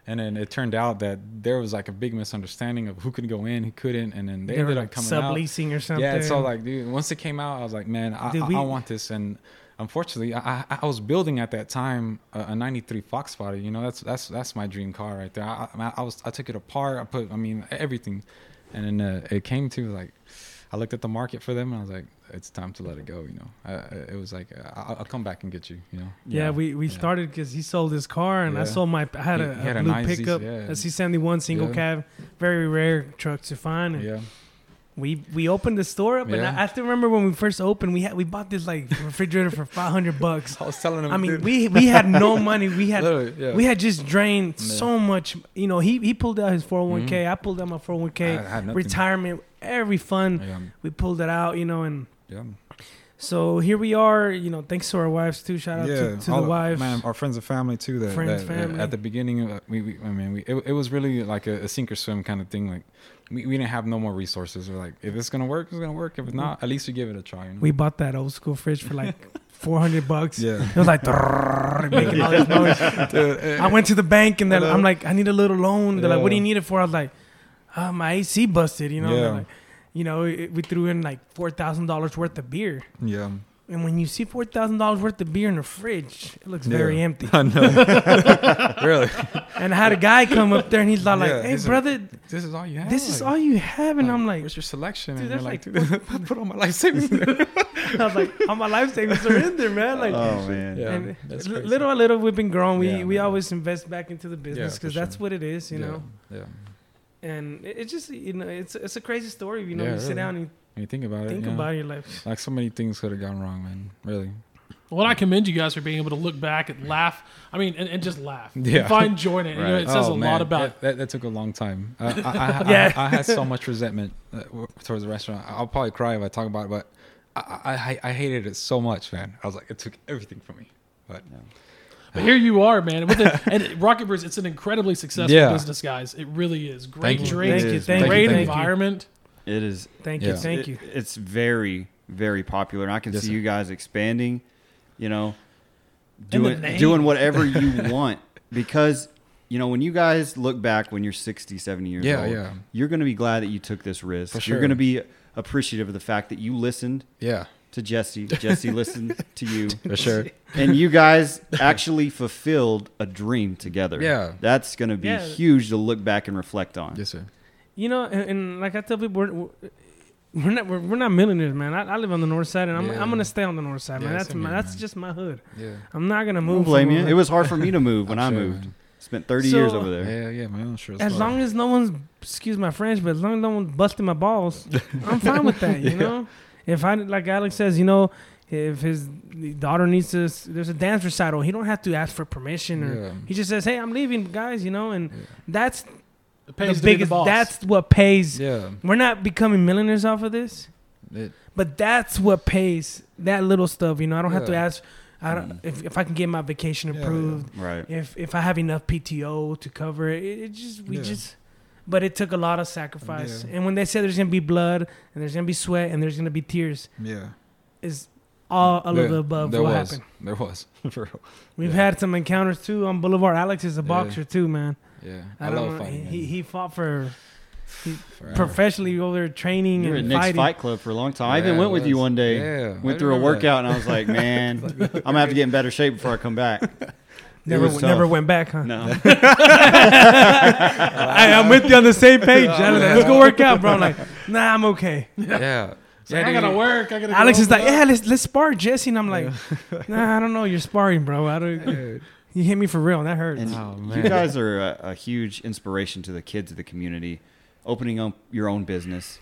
S3: And then it turned out that there was like a big misunderstanding of who could go in, who couldn't, and then they
S2: they were
S3: ended up
S2: like
S3: coming
S2: subleasing or
S3: out.
S2: something.
S3: Yeah, it's all like, dude. Once it came out, I was like, man, I,
S2: Dude,
S3: I,
S2: we-
S3: I want this. And unfortunately, I, I, I was building at that time a, a '93 Fox Body. You know, that's that's that's my dream car right there. I, I, I was I took it apart. I put, I mean, everything. and then uh, it came to like I looked at the market for them and I was like, it's time to let it go. You know, I, I- it was like uh, I- I'll, I'll come back and get you. You know.
S2: Yeah, we, we
S3: Yeah.
S2: started because he sold his car and I
S3: Yeah.
S2: sold my. I had
S3: He-
S2: a,
S3: he had
S2: a
S3: a
S2: blue
S3: nice Z-
S2: pickup,
S3: yeah.
S2: a C seventy one single
S3: Yeah.
S2: cab, very rare truck to find. And
S3: Yeah.
S2: We we opened the store up, and
S3: Yeah.
S2: I, I still remember when we first opened, we had we bought this like refrigerator for five hundred bucks.
S3: I was telling him.
S2: I mean, we we had no money. We had
S3: yeah.
S2: we had just drained
S3: Yeah.
S2: so much. You know, he he pulled out his four hundred one k. I pulled out my four hundred one
S3: I
S2: k.
S3: had Ah, nothing.
S2: Retirement, every fund
S3: Yeah.
S2: we pulled it out. You know, and
S3: yeah.
S2: so here we are. You know, thanks to our wives too. Shout out to, to the
S3: all-
S2: wives.
S3: man, our friends and family too. That,
S2: Friends,
S3: that- that
S2: family.
S3: at the beginning, uh, we, we I mean, we, it, it was really like a, a sink or swim kind of thing. Like, we, we didn't have no more resources. We're like, if it's gonna work, it's gonna work. If it's not, at least we give it a try. you know?
S2: We bought that old school fridge for like 400 bucks.
S3: yeah.
S2: It was like "Drrrr," making all this noise. I went to the bank and then I'm like, I need a little loan. They're like, what do you
S3: Yeah.
S2: need it for? I was like, uh, my AC busted, you know? They're
S3: Yeah.
S2: Like, you know, it- we threw in like $4,000 worth of beer.
S3: yeah.
S2: And when you see $4,000 worth of beer in the fridge, it looks
S3: Yeah.
S2: very empty.
S3: I know. really.
S2: And I had a guy come up there and he's like,
S3: Yeah,
S2: hey,
S3: he's a-
S2: brother,
S3: This is all you have.
S2: this is
S3: like,
S2: all you have. And I'm like,
S3: what's your selection?
S2: Dude,
S3: and they're like,
S2: that's
S3: dude, put all my life savings. in there."
S2: I was like, all my life savings are in there, man. Like,
S1: oh man.
S3: Yeah.
S2: and
S3: that's
S2: li-
S3: crazy.
S2: little by little we've been growing we
S3: Yeah,
S2: we
S3: man.
S2: always invest back into the business
S3: for
S2: because that's
S3: sure.
S2: what it is you
S3: Yeah,
S2: know
S3: Yeah.
S2: and it, it just you know it's it's a crazy story you know
S3: Yeah,
S2: you sit
S3: really.
S2: down and
S3: When you think about
S2: you
S3: it.
S2: think
S3: yeah.
S2: about your life
S3: Like so many things could have gone wrong, man. Really.
S4: Well, I commend you guys for being able to look back and laugh. I mean, and, and just laugh.
S3: Yeah.
S4: Find joy in it. You know, it says
S3: Oh,
S4: a
S3: man.
S4: lot
S3: that,
S4: about
S3: that. That took a long time. Uh, I, I, I,
S2: Yeah.
S3: I, had so much resentment uh, w- towards the restaurant. I'll probably cry if I talk about it, but I, I, I hated it so much, man. I was like, it took everything from me. But
S4: But here you are, man. With it, and Rocket Birds, it's an incredibly successful
S3: Yeah.
S4: business, guys. It really is. Great
S3: Thank you.
S4: drinks,
S1: It
S2: thank you
S1: is,
S2: thank
S1: man.
S2: you
S4: great
S3: thank you.
S4: environment.
S1: It is.
S2: thank
S3: Yeah.
S2: you thank
S1: it-
S2: you
S1: It's very very popular, and I can
S3: Yes,
S1: see
S3: sir.
S1: you guys expanding. You know,
S4: And the
S1: doing
S4: name.
S1: doing whatever you want because you know when you guys look back when you're 60 70 years
S3: Yeah,
S1: old
S3: yeah.
S1: you're going to be glad that you took this risk
S3: For
S1: you're
S3: sure.
S1: going to be appreciative of the fact that you listened
S3: yeah,
S1: to Jesse Jesse listened to you
S3: for sure.
S1: and you guys actually fulfilled a dream together
S3: Yeah.
S1: that's going to be
S2: Yeah.
S1: huge to look back and reflect on
S3: Yes, sir.
S2: you know and, and like i tell people we're, we're we're not we're, we're not millionaires man I, I live on the north side and i'm,
S3: Yeah.
S2: I'm gonna stay on the north side man
S3: Yeah,
S2: that's
S3: same
S2: my,
S3: here,
S2: that's
S3: man.
S2: just my hood
S3: Yeah.
S2: i'm not gonna
S1: I don't
S2: move
S1: blame
S2: from
S1: you
S2: over-
S1: it was hard for me to move when
S3: I'm
S1: I
S3: sure,
S1: moved
S3: man.
S1: spent 30
S2: So-
S1: years over there
S3: Yeah, yeah, man. I'm sure. it's
S2: as
S3: fine.
S2: long as no one's excuse my French, but as long as no one's busting my balls, I'm fine with that. You know, if I like Alex says, you know, if his daughter needs to, there's a dance recital, he don't have to ask for permission or.
S3: Yeah.
S2: He just says, "Hey, I'm leaving, guys." You know, and
S3: Yeah.
S2: that's
S4: It
S2: the
S4: pays to be the
S2: biggest.
S4: boss.
S2: that's what pays.
S3: Yeah.
S2: We're not becoming millionaires off of this,
S3: It,
S2: but that's what pays. That little stuff, you know. I don't have to
S3: Yeah.
S2: ask. I don't if, if I can get my vacation
S3: Yeah, yeah.
S2: approved
S1: right
S2: if if I have enough PTO to cover it, it, it just we
S3: Yeah.
S2: just. But it took a lot of sacrifice.
S3: Yeah.
S2: And when they said there's gonna be blood and there's gonna be sweat and there's gonna be tears,
S3: yeah.
S2: is all, all
S3: Yeah,
S2: of the above
S3: There
S2: what
S3: was.
S2: happened.
S3: There was. For real.
S2: We've
S3: Yeah.
S2: had some encounters too on Boulevard. Alex is a
S3: Yeah.
S2: boxer too, man.
S3: Yeah.
S2: I,
S3: I,
S2: don't
S3: love
S2: know.
S3: fighting.
S2: He
S3: man.
S2: he fought for
S3: Forever.
S2: professionally over there training
S1: you were at
S2: and
S1: Nick's
S2: fighting.
S1: Fight Club for a long time I even
S3: Yeah,
S1: went
S3: it
S1: with you
S3: was.
S1: one day
S3: Yeah. I
S1: went through a
S3: remember that.
S1: workout and I was like man I'm going to have to get in better shape before I come back
S2: Never
S1: was
S2: never
S1: tough.
S2: went back, huh?
S1: no
S2: I, am with you on the same page. I was like, Let's go work out, bro. I'm like, nah, I'm okay.
S3: Yeah.
S4: So I gotta work. I gotta. get
S2: Alex is
S4: over
S2: like,
S4: that.
S2: yeah, let's let's spar, Jesse, and I'm like, nah, I don't know, you're sparring, bro. I don't.
S3: dude.
S2: You hit me for real, and that hurts.
S1: And
S3: Oh,
S1: you
S3: man.
S1: guys are a, a huge inspiration to the kids of the community, opening up your own business,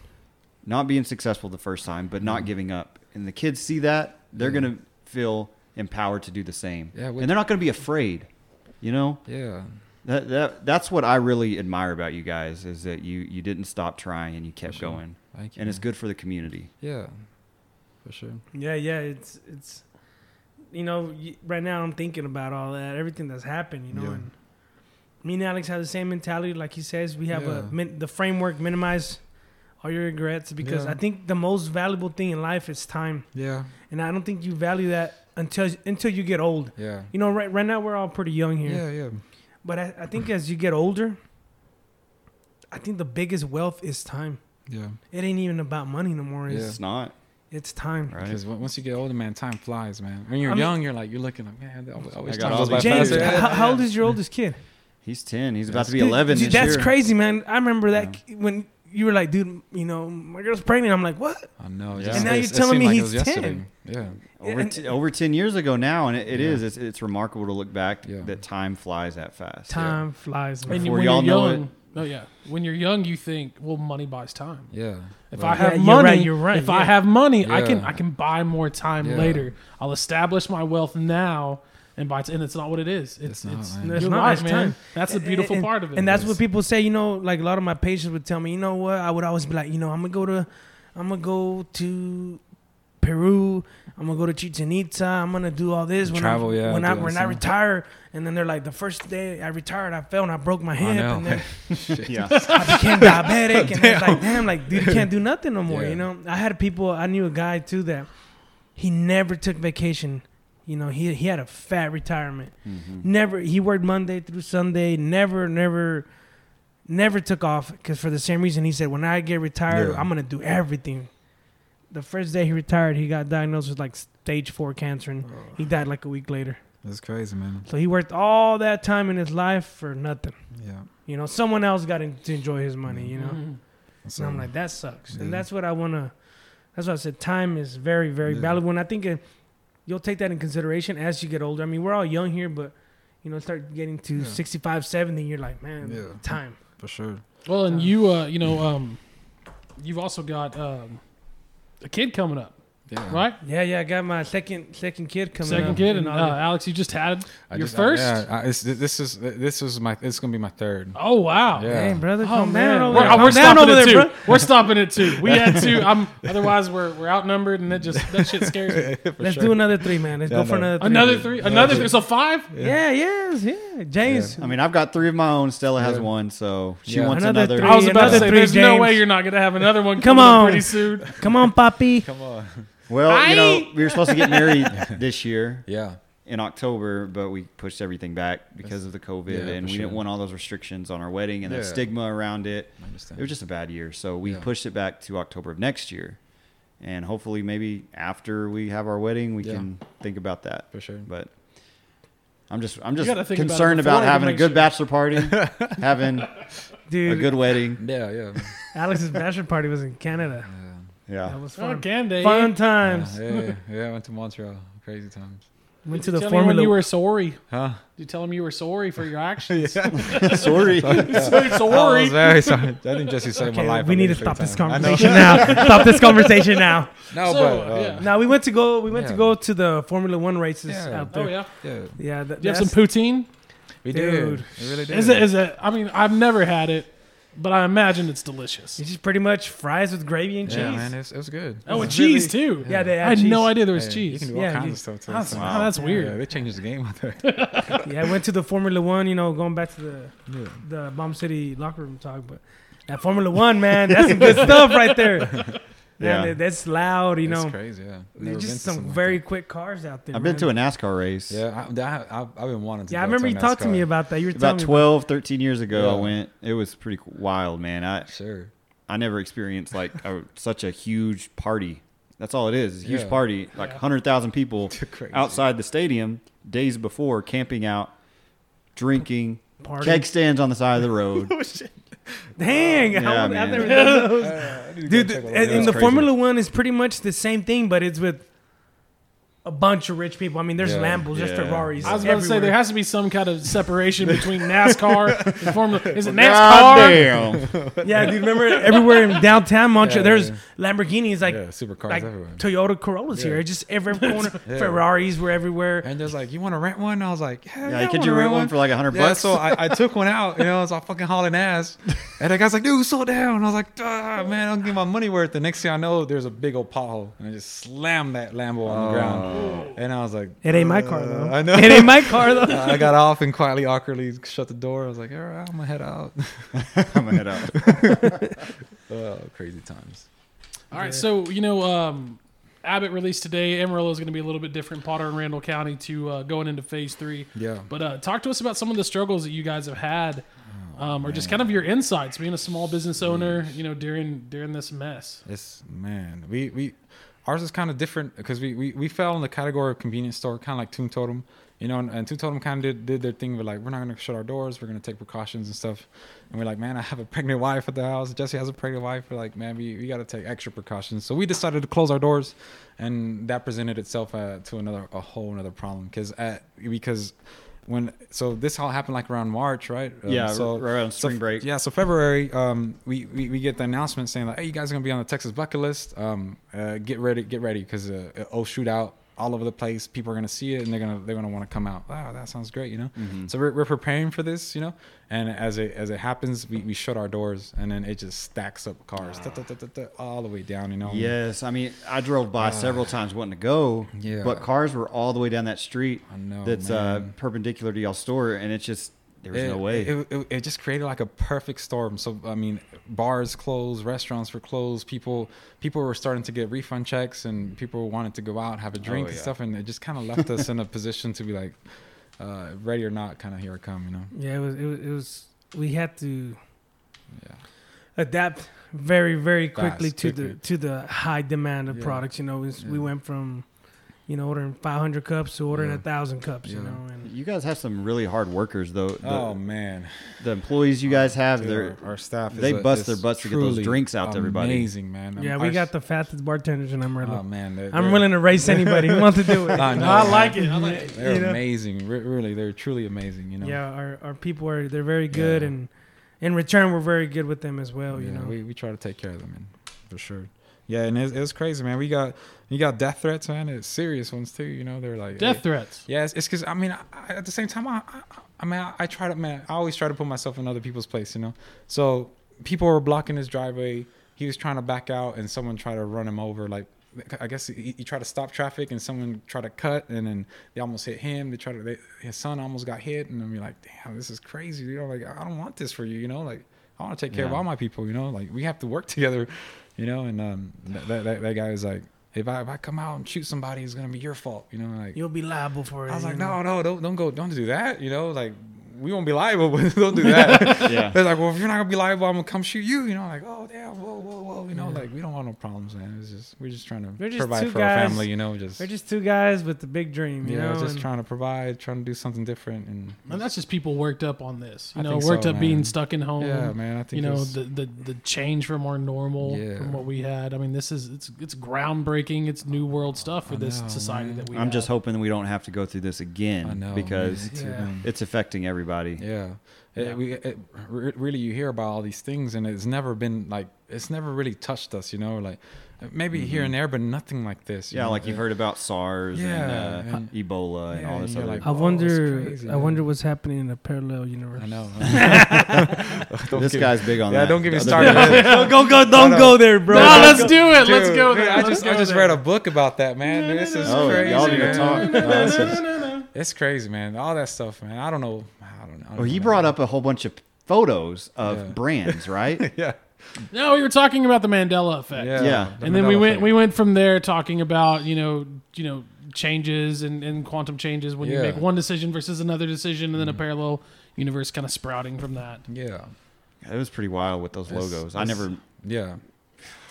S1: not being successful the first time, but not giving up. And the kids see that, they're
S3: Mm. Yeah.
S1: going to feel empowered to do the same.
S3: Yeah, we-
S1: and they're not going to be afraid. You know,
S3: Yeah.
S1: that, that that's what I really admire about you guys is that you you didn't stop trying and you kept
S3: sure.
S1: going.
S3: Thank you.
S1: And it's
S3: man.
S1: good for the community.
S3: Yeah. For sure.
S2: yeah, yeah, it's it's, you know, y- right now I'm thinking about all that, everything that's happened, you know,
S3: Yeah.
S2: and me and Alex have the same mentality, like he says, we have
S3: Yeah.
S2: a min- the framework minimize all your regrets because
S3: Yeah.
S2: I think the most valuable thing in life is time,
S3: Yeah.
S2: and I don't think you value that until until you get old.
S3: Yeah.
S2: You know, right right now we're all pretty young here.
S3: Yeah, yeah.
S2: But I, I think as you get older, I think the biggest wealth is time.
S3: Yeah.
S2: It ain't even about money no more. It's,
S1: It's not
S2: it's time.
S1: right.
S3: Because on- once you get older, man, time flies, man. When you're
S2: I mean-
S3: young, you're like, you're looking like, man, I always- always
S1: got
S3: time
S1: all
S3: goes by
S1: these
S2: James,
S3: faster.
S1: years.
S2: how, how old
S3: Yeah.
S2: is your oldest kid?
S1: He's ten. He's about to be
S2: Dude,
S1: eleven
S2: dude,
S1: this
S2: that's
S1: year.
S2: crazy, man. I remember that when you were like, dude, you know, my girl's pregnant. I'm like, what?
S3: I know.
S1: Yeah.
S3: yeah.
S1: And
S2: now
S3: It-
S2: you're
S3: it
S2: telling
S3: seemed
S2: me
S3: like it
S2: he's
S3: was yesterday.
S2: 10.
S3: Yeah.
S1: Over,
S2: And-
S1: t- over 10 years ago now, and it, it
S3: Yeah.
S1: is. It's, it's remarkable to look back
S3: Yeah.
S1: that time flies that fast.
S2: Time flies, man.
S4: And
S1: Before
S4: when
S1: y'all
S4: you're
S1: know
S4: young, no, yeah. When you're young, you think, well, money buys time.
S3: Yeah.
S4: If
S3: Well,
S4: I have
S2: Yeah, you're
S4: money,
S2: right, you're right,
S4: if
S2: yeah.
S4: I have money, I can
S3: Yeah.
S4: I can buy more time
S3: Yeah.
S4: later. I'll establish my wealth now, and by t- and it's not what it is.
S3: It's
S4: It's
S3: not,
S4: it's,
S3: man.
S4: you're
S2: It's not,
S4: right,
S2: it's
S4: man.
S2: time.
S4: That's the beautiful
S2: And-
S4: part of it.
S2: And that's what people say, you know, like a lot of my patients would tell me, you know what, I would always be like, you know, I'm gonna go to I'm gonna go to Peru, I'm gonna go to Chichen Itza, I'm gonna do all this
S3: Travel,
S2: I'm,
S3: yeah,
S2: when I
S3: do
S2: when I
S3: awesome.
S2: retire and then they're like the first day I retired I fell and I broke my hip
S3: know.
S2: and then
S1: Yeah.
S2: I became diabetic and it's like damn like dude you can't do nothing no more,
S3: Yeah.
S2: you know. I had people I knew a guy too that he never took vacation. You know, he he had a fat retirement
S1: Mhm.
S2: never he worked monday through sunday never never never took off because for the same reason he said when i get retired
S3: Yeah.
S2: i'm gonna do everything the first day he retired he got diagnosed with like stage four cancer and he died like a week later
S3: That's crazy, man.
S2: so he worked all that time in his life for nothing
S3: Yeah.
S2: you know someone else got in- to enjoy his money you know
S4: Mhm.
S2: and I'm like, that sucks.
S3: Yeah.
S2: And that's what I want to, that's what I said. Time is very, very
S3: Yeah.
S2: valuable. And I think uh, you'll take that in consideration as you get older. I mean, we're all young here, but, you know, start getting to
S3: Yeah.
S2: 65, 70, you're like, man,
S3: Yeah.
S2: time.
S3: for sure.
S4: Well, and you uh, you know um, you've also got um, a kid coming up,
S3: Yeah.
S4: right?
S2: Yeah, yeah. I got my second second kid coming
S4: Second
S2: up
S4: kid,
S2: in
S4: and uh,
S2: August.
S4: Alex, you just had
S3: I
S4: your
S3: just-
S4: first.
S3: yeah, I, it's, this is this is my it's gonna be my third.
S4: Oh wow!
S3: Yeah.
S2: Dang, brother,
S4: Oh,
S2: calm
S4: man.
S2: down over
S4: we're,
S2: there.
S4: uh, we're
S2: Calm down
S4: stopping
S2: over
S4: it
S2: there,
S4: too.
S2: bro.
S4: We're stopping it too. We had two. I'm otherwise we're we're outnumbered, and that just that shit scares me.
S2: Let's do another three, man. Let's
S3: Yeah,
S2: go for
S3: no.
S2: another
S4: Another three,
S2: three.
S4: another three. So five.
S2: Yeah, yes, yeah. James.
S1: I mean, I've got three of my own. Stella has
S3: Yeah.
S1: one, so she
S3: Yeah.
S1: wants
S2: Another
S1: another.
S2: three.
S4: I was about
S2: another
S4: to say,
S2: three,
S4: there's no
S2: James.
S4: way you're not gonna have another one.
S2: Come
S4: coming up
S2: on.
S4: pretty soon.
S2: Come on, Poppy.
S3: Come on.
S1: Well, you know,
S4: I-
S1: we were supposed to get married this year
S3: Yeah.
S1: in October, but we pushed everything back because of the COVID,
S3: Yeah,
S1: and
S3: for
S1: we
S3: sure.
S1: didn't want all those restrictions on our wedding and the
S3: Yeah.
S1: stigma around it.
S3: I understand.
S1: It was just a bad year, so we
S3: Yeah.
S1: pushed it back to October of next year, and hopefully, maybe after we have our wedding, we
S3: Yeah.
S1: can think about that.
S3: for sure.
S1: But I'm just I'm just
S4: gotta think about it
S1: concerned
S4: before
S1: about,
S4: to
S1: having a
S4: make
S1: good
S4: sure.
S1: bachelor party, having a
S2: Dude,
S1: good wedding.
S3: Yeah, yeah.
S2: Alex's bachelor party was in Canada.
S3: yeah.
S1: Yeah,
S2: That was
S4: Oh,
S2: fun.
S4: can they? Fun.
S2: Fun times.
S3: Yeah, yeah, yeah. I went to Montreal. Crazy times.
S2: Went
S4: Did you
S2: to the
S4: tell him
S2: Formula
S4: when you were sorry? Did
S3: Huh?
S4: you tell him you were sorry for your actions?
S1: sorry.
S4: sorry.
S3: Oh, I
S2: Oh,
S3: was very sorry. I didn't just say my
S2: Okay,
S3: life.
S2: we
S3: I
S2: need to
S3: lived three
S2: stop this
S3: times. I know.
S2: conversation now. stop this conversation now.
S3: No,
S4: So,
S3: but uh,
S4: yeah.
S2: Now we went to go. We went to
S3: Yeah.
S2: go to the Formula One races
S3: Yeah.
S2: out
S4: Oh
S2: there.
S4: yeah.
S3: yeah,
S2: yeah. that-
S4: Do you have some
S2: that's-
S4: poutine?
S3: we
S2: Dude.
S3: did. We really did.
S4: Is it? Is it? I mean, I've never had it, but I imagine it's delicious.
S2: It's just pretty much fries with gravy and cheese.
S3: yeah,
S2: Yeah,
S3: man, it was, it was good.
S4: Oh, and
S2: It's
S4: cheese too.
S2: Yeah, they
S4: I
S2: add
S4: had no
S2: cheese.
S4: idea there was
S3: Yeah, You
S4: cheese.
S3: can do all
S2: Yeah,
S3: kinds
S2: you-
S3: of stuff too.
S4: That's,
S3: It's
S1: Wow.
S4: wow, that's
S3: Yeah,
S4: weird.
S3: they changed the game out there.
S2: I went to the Formula One. You know, going back to the
S3: yeah.
S2: the Bomb City locker room talk, but that Formula One, man, that's some good stuff right there. Man,
S1: Yeah.
S2: that's loud. You
S3: That's
S2: know,
S3: crazy. Yeah, Never
S2: there's
S3: been
S2: just
S3: to
S2: some
S3: something like
S2: very
S3: that.
S2: quick cars out there.
S1: I've been
S2: man.
S1: to a NASCAR race.
S3: Yeah, I, I, I, I've been wanting to.
S2: Yeah, I
S3: go
S2: remember
S3: to
S2: you talked to
S3: NASCAR.
S2: me about that. You were telling
S1: About
S2: me
S1: 12, 13 years ago, I
S3: Yeah.
S1: went. It was pretty wild, man. I
S3: Sure.
S1: I never experienced like a, such a huge party. That's all it is. It's a huge
S3: Yeah.
S1: party, like
S4: Yeah.
S1: 100,000 people
S3: Crazy.
S1: outside the stadium days before, camping out, drinking,
S2: Party.
S1: keg stands on the side of the road.
S2: Dang,
S1: Yeah,
S2: I would,
S1: man.
S2: I've never done those.
S3: Uh, I need to go check
S2: Dude, th-
S3: all
S2: and,
S3: that
S2: and
S1: That's
S2: the
S1: crazy.
S2: Formula One is pretty much the same thing, but it's with a bunch of rich people. I mean, there's
S3: Yeah.
S2: Lambos, there's
S1: Yeah.
S2: Ferraris.
S4: I was about to say
S2: everywhere.
S4: there has to be some kind of separation between NASCAR and Formula. Is it NASCAR?
S1: Goddamn.
S2: Yeah, dude, remember everywhere in downtown Montreal,
S3: Yeah,
S2: there's
S3: yeah.
S2: Lamborghinis, like
S3: yeah, supercars
S2: like
S3: everywhere.
S2: Toyota Corollas
S3: Yeah.
S2: here, just every corner.
S3: Yeah.
S2: Ferraris were everywhere.
S3: and there's like, you want to rent one? I was like, Hell yeah,
S1: yeah,
S3: I
S1: could
S3: wanna
S1: you rent one for like 100
S3: Yeah,
S1: bucks?
S3: so I, I took one out, you know, I was all fucking hauling ass. And the guy's like, dude, slow down. I was like, ah, man, I don't get my money worth. The next thing I know, there's a big old pothole. And I just slammed that Lambo on the ground. And I was like,
S2: It ain't my car though.
S3: Uh, I know.
S2: It ain't my car though.
S3: I got off and quietly, awkwardly shut the door. I was like, all right, I'm going to head out.
S1: I'm gonna head out.
S3: oh, crazy times.
S4: All right, so you know, um, Abbott released today. Amarillo is going to be a little bit different. Potter and Randall County to uh, going into phase three.
S3: Yeah.
S4: But uh, talk to us about some of the struggles that you guys have had, um, or
S3: Oh,
S4: just kind of your insights being a small business owner. You know, during during this mess.
S3: It's man, we we ours is kind of different because we, we we fell in the category of convenience store, kind of like Tomb Totem. you know, and, and Two Totem kind of did, did their thing. We're like, we're not going to shut our doors. We're going to take precautions and stuff. And we're like, man, I have a pregnant wife at the house. Jesse has a pregnant wife. We're like, man, we, we got to take extra precautions. So we decided to close our doors. And that presented itself uh, to another, a whole another problem. Cause, uh, because when, so this all happened like around March, right? Um,
S1: yeah,
S3: So,
S1: r- around
S3: so
S1: spring
S3: f-
S1: break.
S3: Yeah, so February, um, we, we, we get the announcement saying like, hey, you guys are gonna be on the Texas bucket list. Um, uh, get ready, get ready, because uh, oh shootout all over the place. People are gonna see it and they're gonna they're gonna want to come out. Wow, that sounds great, you know. So we're, we're preparing for this, you know. And as it as it happens, we, we shut our doors and then it just stacks up cars da, da, da, da, da, all the way down, you know.
S1: Yes, I mean, I drove by several times wanting to go,
S3: Yeah.
S1: but cars were all the way down that street
S3: I know,
S1: that's uh,
S3: man.
S1: perpendicular to y'all's store, and it's just there was
S3: it,
S1: no way.
S3: It, it, it just created like a perfect storm. So I mean, bars closed, restaurants were closed. People people were starting to get refund checks, and people wanted to go out, have a drink and
S1: Oh, yeah.
S3: stuff. And it just kind of left us in a position to be like, uh, ready or not, kind of here I come, you know?
S2: Yeah, it was, it was. It was. We had to
S3: Yeah.
S2: adapt very, very
S3: Fast,
S2: quickly to the
S3: quickly.
S2: to the high demand of
S3: Yeah.
S2: products. You know, it's, we
S3: Yeah.
S2: went from, you know, ordering 500 cups to ordering a
S3: Yeah.
S2: thousand cups. You
S3: Yeah.
S2: know, and
S1: you guys have some really hard workers, though. The,
S3: oh man,
S1: the employees you guys have,
S3: Dude,
S1: they're
S3: our, our staff. is
S1: they
S3: a-
S1: bust
S3: is
S1: their butts to get those
S3: truly
S1: drinks out to everybody.
S3: Amazing man.
S2: yeah,
S3: Um,
S2: we
S3: our-
S2: got the fastest bartenders in Amarillo.
S3: Oh man, they're-
S2: I'm
S3: they're-
S2: willing to race anybody who wants to do it.
S3: I know,
S4: I
S3: man.
S4: like it. I like it.
S3: They're
S2: you know?
S3: amazing. Re- really, they're truly amazing. You know.
S2: Yeah, our, our people are they're very good,
S3: Yeah.
S2: and in return we're very good with them as well. You
S3: yeah,
S2: know,
S3: we, we try to take care of them, man, for sure. Yeah, and it's, it's crazy, man. We got you got death threats, man. It's serious ones too. You know, they're like eh,
S4: Death threats.
S3: Yeah, it's because I mean, I, I, at the same time, I, I, I mean, I, I try to man, I always try to put myself in other people's place, you know. So people were blocking his driveway. He was trying to back out, and someone tried to run him over. Like, I guess he, he tried to stop traffic, and someone tried to cut, and then they almost hit him. They tried to they, his son almost got hit, and I'm like, damn, this is crazy. You know, like I don't want this for you. You know, like I want to take care of
S1: Yeah.
S3: all my people. You know, like we have to work together. You know, and um, that, that, that, that guy was like. If I, if I come out and shoot somebody, it's gonna be your fault, you know. Like
S2: you'll be liable for it.
S3: I was
S2: you
S3: like,
S2: know?
S3: no, no, don't, don't go, don't do that. You know, like we won't be liable, but don't do that.
S1: yeah,
S3: They're like, well, if you're not gonna be liable, I'm gonna come shoot you. You know, like, oh damn, whoa, whoa, whoa. You know, like we don't want no problems, man. It's just we're just trying to
S2: We're just
S3: provide
S2: two
S3: for our
S2: guys.
S3: family. You know, just,
S2: We're just two guys with the big dream, you
S3: you know,
S2: know.
S3: just
S2: and-
S3: trying to provide, trying to do something different. And
S4: And that's just people worked up on this. You
S3: I
S4: know,
S3: think
S4: worked
S3: so,
S4: up being
S3: man.
S4: stuck in home.
S3: yeah, man, I think
S4: you know
S3: it's-
S4: the, the the change from our normal
S3: Yeah.
S4: from what we had. I mean, this is it's it's groundbreaking. It's new world stuff for
S3: I
S4: this
S3: know,
S4: society
S3: man.
S4: that we.
S1: I'm just
S4: have.
S1: hoping that we don't have to go through this again
S3: I know man,
S1: because
S3: me too,
S2: Yeah.
S3: man.
S1: it's affecting everybody.
S3: Yeah. It-
S4: Yeah.
S3: we, it, re- really, you hear about all these things, and it's never been like it's never really touched us, you know. Like maybe here and there, but nothing like this. you
S1: Yeah,
S3: know?
S1: like you've
S3: It-
S1: heard about SARS
S3: Yeah,
S1: and, uh,
S3: and-
S1: Ebola and
S3: Yeah,
S1: all this
S3: and you're
S1: other.
S3: like,
S2: I
S3: Whoa, it's
S2: wonder.
S3: crazy,
S2: I
S3: man.
S2: wonder what's happening in a parallel universe.
S3: I know. Don't
S1: this
S3: get-
S1: guy's big on
S3: Yeah,
S1: that.
S3: don't get me
S1: The
S3: started.
S1: other-
S2: don't go, go, don't
S3: no.
S2: go there, bro.
S4: No,
S3: Bro,
S4: let's
S3: go-
S4: do it. let's
S3: Dude,
S4: go
S3: man,
S4: there.
S3: I
S4: Let's
S3: just,
S4: go
S3: I just
S4: there.
S3: read a book about that, man. This is
S1: Oh,
S3: crazy.
S1: y'all need to
S3: man.
S1: talk. No, this is-
S3: It's crazy, man. All that stuff, man. I don't know. I don't know. I don't
S1: Well, you
S3: know.
S1: brought up a whole bunch of photos of
S3: Yeah.
S1: brands, right?
S3: Yeah.
S4: No, we were talking about the Mandela effect.
S3: Yeah.
S1: Yeah.
S3: the
S4: and then we
S3: Mandela
S4: went
S3: effect.
S4: we went from there talking about you know you know changes and, and quantum changes when you
S3: Yeah. Mm.
S4: make one decision versus another decision and then a parallel universe kind of sprouting from that
S3: Yeah.
S1: it was pretty wild with those
S3: This-
S1: logos. I
S3: this-
S1: never.
S3: Yeah.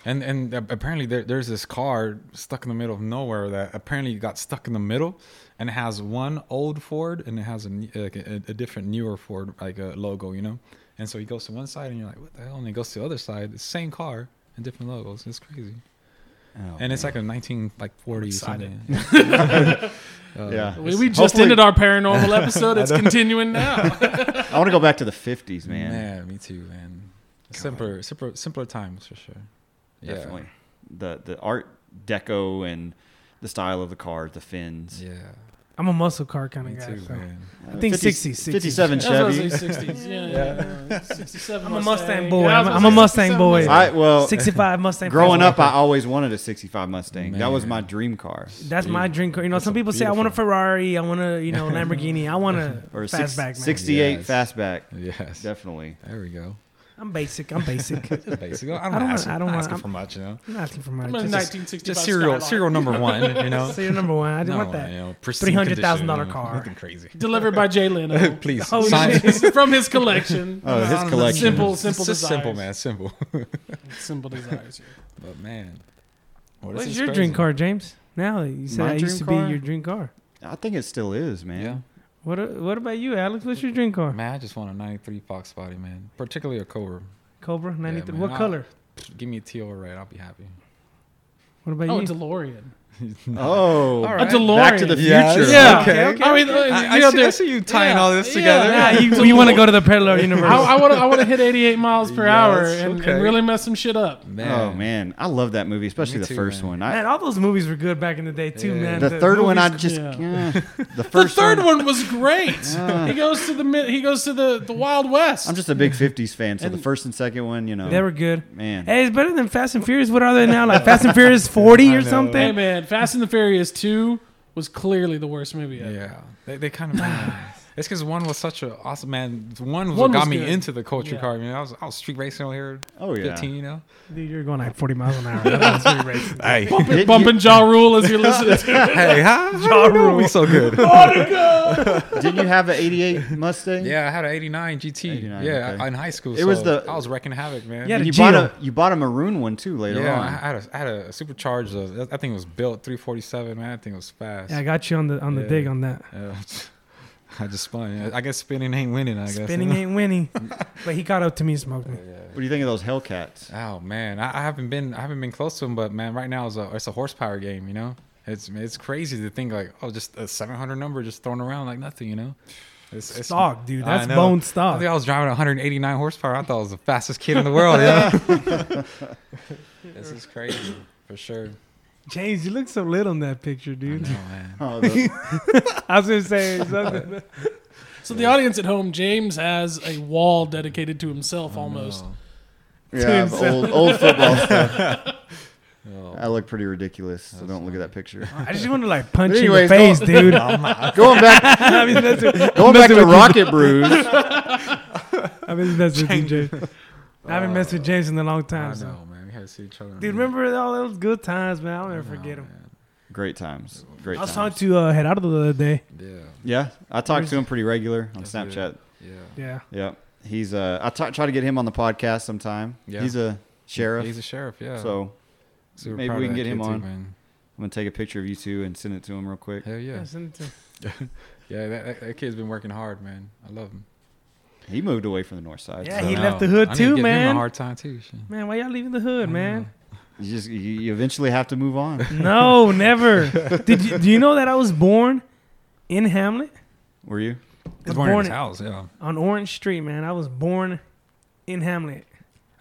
S3: And and a- apparently there, there's this car stuck in the middle of nowhere that apparently got stuck in the middle, and it has one old Ford and it has a n- like a, a different newer Ford like a logo, you know. And so he goes to one side and you're like, what the hell? And he goes to the other side, the same car and different logos. It's crazy.
S1: Oh,
S3: and it's like a 19 like 40 or
S4: excited.
S3: something. Uh,
S1: yeah.
S4: we, we just
S1: Hopefully-
S4: ended our paranormal episode it's continuing now
S1: I want to go back to the 50s,
S3: Man.
S1: man.
S3: me too, man.
S1: God.
S3: Simpler, simpler, simpler times for sure. Yeah.
S1: Definitely. The the art deco and the style of the cars, the fins.
S3: Yeah.
S2: I'm a muscle car kind
S3: Me
S2: of guy.
S3: too,
S2: so.
S3: man.
S1: Uh,
S2: think
S1: 50
S2: 60s, 60s.
S1: 57
S4: That's what I was
S1: Chevy.
S4: saying, 60s. Yeah, yeah, yeah. 67
S2: I'm a Mustang boy. I'm a- I'm a Mustang boy.
S1: I well,
S2: 65 Mustang.
S1: growing
S2: Ferrari.
S1: up, I always wanted a 65 Mustang. That was
S3: Man.
S1: my dream car.
S2: That's my
S3: Dude,
S2: dream car. You know,
S3: that's
S2: some
S3: a
S2: people say I want a
S3: beautiful-
S2: Ferrari, I want a you know Lamborghini, I want a
S1: Or a six,
S2: fastback. man.
S1: 68
S3: Yes.
S1: fastback.
S3: Yes.
S1: Definitely.
S3: There we go.
S2: I'm basic. I'm basic.
S3: Just basic. I
S2: I
S3: don't,
S2: don't
S3: ask,
S2: wanna- I
S3: I
S2: don't
S3: don't
S2: wanna-
S3: ask
S2: I'm-
S3: for much, you know.
S2: I'm not asking for my
S4: I'm a
S2: just,
S4: 1965
S3: Just serial,
S4: Skyline.
S3: serial number one, you know.
S2: serial number one. I didn't want that. $300,000 car.
S3: Nothing crazy.
S4: Delivered by Jay Leno.
S3: Please.
S2: Oh,
S3: sign-
S2: shit.
S4: from his collection.
S1: Oh, his collection.
S4: Simple,
S3: It's
S4: simple
S3: just simple,
S4: desires.
S3: man. Simple.
S4: Simple desires. yeah.
S3: But man, well, this
S2: What's
S3: is
S2: your
S3: crazy.
S2: dream car, James? Now that you said
S1: My
S2: it used to
S1: dream car?
S2: be your dream car.
S1: I think it still is, man.
S3: Yeah.
S2: What a- What about you, Alex? What's your dream car?
S3: Man, I just want a 93 Fox body, man. Particularly a Cobra.
S2: Cobra ninety three.
S3: man,
S2: what
S3: I-
S2: color?
S3: Give me a teal red. I'll be happy.
S2: What about
S4: Oh, a
S2: you?
S4: DeLorean.
S1: Oh,
S3: All
S4: A
S3: right.
S4: DeLorean.
S1: back to the future.
S3: Yeah,
S4: Yeah.
S3: Okay, okay.
S4: I mean, uh, you
S3: I, I,
S4: know,
S3: see, I
S4: there's-
S3: see you tying
S4: yeah,
S3: all this
S4: yeah.
S3: together.
S2: yeah, you, you want to go to the parallel universe?
S4: I want to I want to hit 88 miles per
S3: Yes,
S4: hour and,
S3: okay.
S4: and really mess some shit up.
S1: Oh man, I love that movie, especially
S3: Me
S1: the
S3: too,
S1: first
S3: man.
S1: one.
S2: man,
S1: I,
S2: all those movies were good back in the day too,
S3: Yeah.
S2: man.
S1: the third one, I
S2: movies-
S1: just eh, the
S4: The
S1: first
S4: third
S1: one,
S4: one was great. He goes to the mid, he goes to the, the Wild West.
S1: I'm just a big '50s fan, so the
S4: And-
S1: first and second one, you know,
S2: they were good.
S1: man.
S2: Hey, it's better than Fast and Furious. What are they now? Like Fast and Furious forty
S3: I
S2: or
S3: know.
S2: something?
S4: hey man, Fast and the Furious Two was clearly the worst movie ever.
S3: Yeah, they, they kind of. it's because one was such a awesome man. One was
S4: One
S3: what got
S4: was
S3: me
S4: good.
S3: into the culture
S4: Yeah.
S3: car. I mean, I was I was street racing over here.
S1: Oh yeah,
S3: 15, you know.
S2: Dude, you're going like forty miles an hour. That was pretty racist.
S3: Hey,
S1: It-
S4: Bumping Jaw Rule as you're listening to it.
S3: hey, huh? How you know
S2: Rule.
S3: we so good.
S1: Didn't you have an '88 Mustang?
S3: yeah, I had an '89 GT.
S1: 89,
S3: yeah,
S1: okay.
S3: I- in high school.
S1: It was
S3: so
S1: the-
S3: I was wrecking havoc, man.
S2: Yeah,
S1: And
S2: the
S1: you bought a
S2: Geo.
S1: you bought a maroon one too later
S3: Yeah, I
S1: on.
S3: had a, I had a supercharged. Uh, that thing was built 347, man. That thing was fast.
S2: Yeah, I got you on the on the
S3: Yeah.
S2: dig on that.
S3: Yeah. I just spun. I guess spinning ain't winning. I guess.
S2: Spinning
S3: you know?
S2: ain't winning, but he caught up to me and smoked me.
S1: What do you think of those Hellcats?
S3: Oh man, I, I haven't been I haven't been close to him, but man, right now it's a it's a horsepower game, you know. It's it's crazy to think like oh, just a 700 number just thrown around like nothing, you know. It's, it's-
S2: Stock, dude.
S3: I
S2: That's
S3: know.
S2: bone
S3: I
S2: stock.
S3: think I was driving 189 horsepower. I thought I was the fastest kid in the world. Yeah, this is crazy for sure.
S2: James, you look so lit on that picture,
S3: I know,
S2: dude.
S3: man.
S1: Oh, the-
S2: I was gonna say something.
S4: So the audience at home, James has a wall dedicated to
S3: Oh,
S4: himself almost.
S1: yeah,
S2: Dude,
S1: the old old football stuff.
S3: No.
S1: I look pretty ridiculous, so
S3: That's
S1: don't look at that picture.
S2: I just want to like punch you in the
S1: Anyways,
S2: face,
S1: go-
S2: dude.
S1: Going back,
S2: I mean, that's it.
S1: going back to Rocket Brews.
S2: I mean, that's it, James. I haven't messed with James in a long
S3: I
S2: time, so.
S3: know, man. We had to see each other.
S2: Dude, remember all those good times, man? I'll never forget them.
S1: Great times, great
S2: I was
S1: times.
S2: talking to uh, Gerardo the other day.
S3: Yeah,
S1: Yeah, I talk
S2: Where's-
S1: to him pretty regular on
S3: That's good.
S1: Snapchat.
S3: yeah.
S2: Yeah.
S1: Yep. He's uh I t- try to get him on the podcast sometime.
S3: Yeah.
S1: He's a sheriff.
S3: He's a sheriff. Yeah.
S1: So
S3: Super
S1: maybe
S3: proud
S1: we
S3: of
S1: can
S3: that
S1: get him
S3: kid, too,
S1: on.
S3: man.
S1: I'm gonna take a picture of you two and send it to him real quick.
S3: Hell yeah.
S2: Yeah, send it to him.
S3: Yeah, that, that, that kid's been working hard, man. I love him.
S1: He moved away from the north side.
S2: Yeah,
S1: so
S2: he
S3: I
S2: left
S3: know.
S2: the hood
S3: I need
S2: too,
S3: to give
S2: man.
S3: Him a hard time too. shit.
S2: Man, why y'all leaving the hood,
S3: I
S2: man?
S1: you just you, you eventually have to move on.
S2: No, never. Did you, do you know that I was born in Hamlet
S1: Were you?
S3: He's
S2: was
S3: born in
S2: born
S3: his
S2: in-
S3: house. Yeah.
S2: on Orange Street, man? I was born in Hamlet.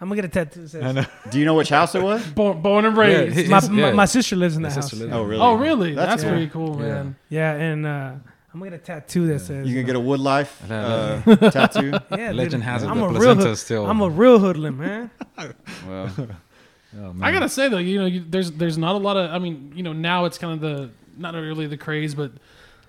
S2: I'm gonna get a tattoo. That says,
S1: Do you know which house it was?
S4: Born, born and raised.
S3: Yeah, he-
S2: my,
S3: his-
S2: my, my sister lives in
S3: My
S2: that
S3: sister
S2: house.
S3: lives-
S1: Oh really?
S4: oh really?
S1: That's
S4: That's,
S2: cool.
S4: pretty cool,
S3: Yeah.
S4: man.
S2: Yeah, and uh, I'm gonna get a tattoo that
S3: Yeah.
S2: says.
S1: You can get a
S2: uh,
S1: woodlife
S3: Yeah.
S1: uh, tattoo.
S2: yeah, dude,
S3: Legend has it
S2: I'm
S3: the
S2: a real.
S3: placenta
S2: Hood,
S3: is still.
S2: I'm a real hoodlum, man.
S1: Well,
S3: Oh, man.
S4: I gotta say though, you know, you, there's there's not a lot of. I mean, you know, now it's kind of the not really the craze, but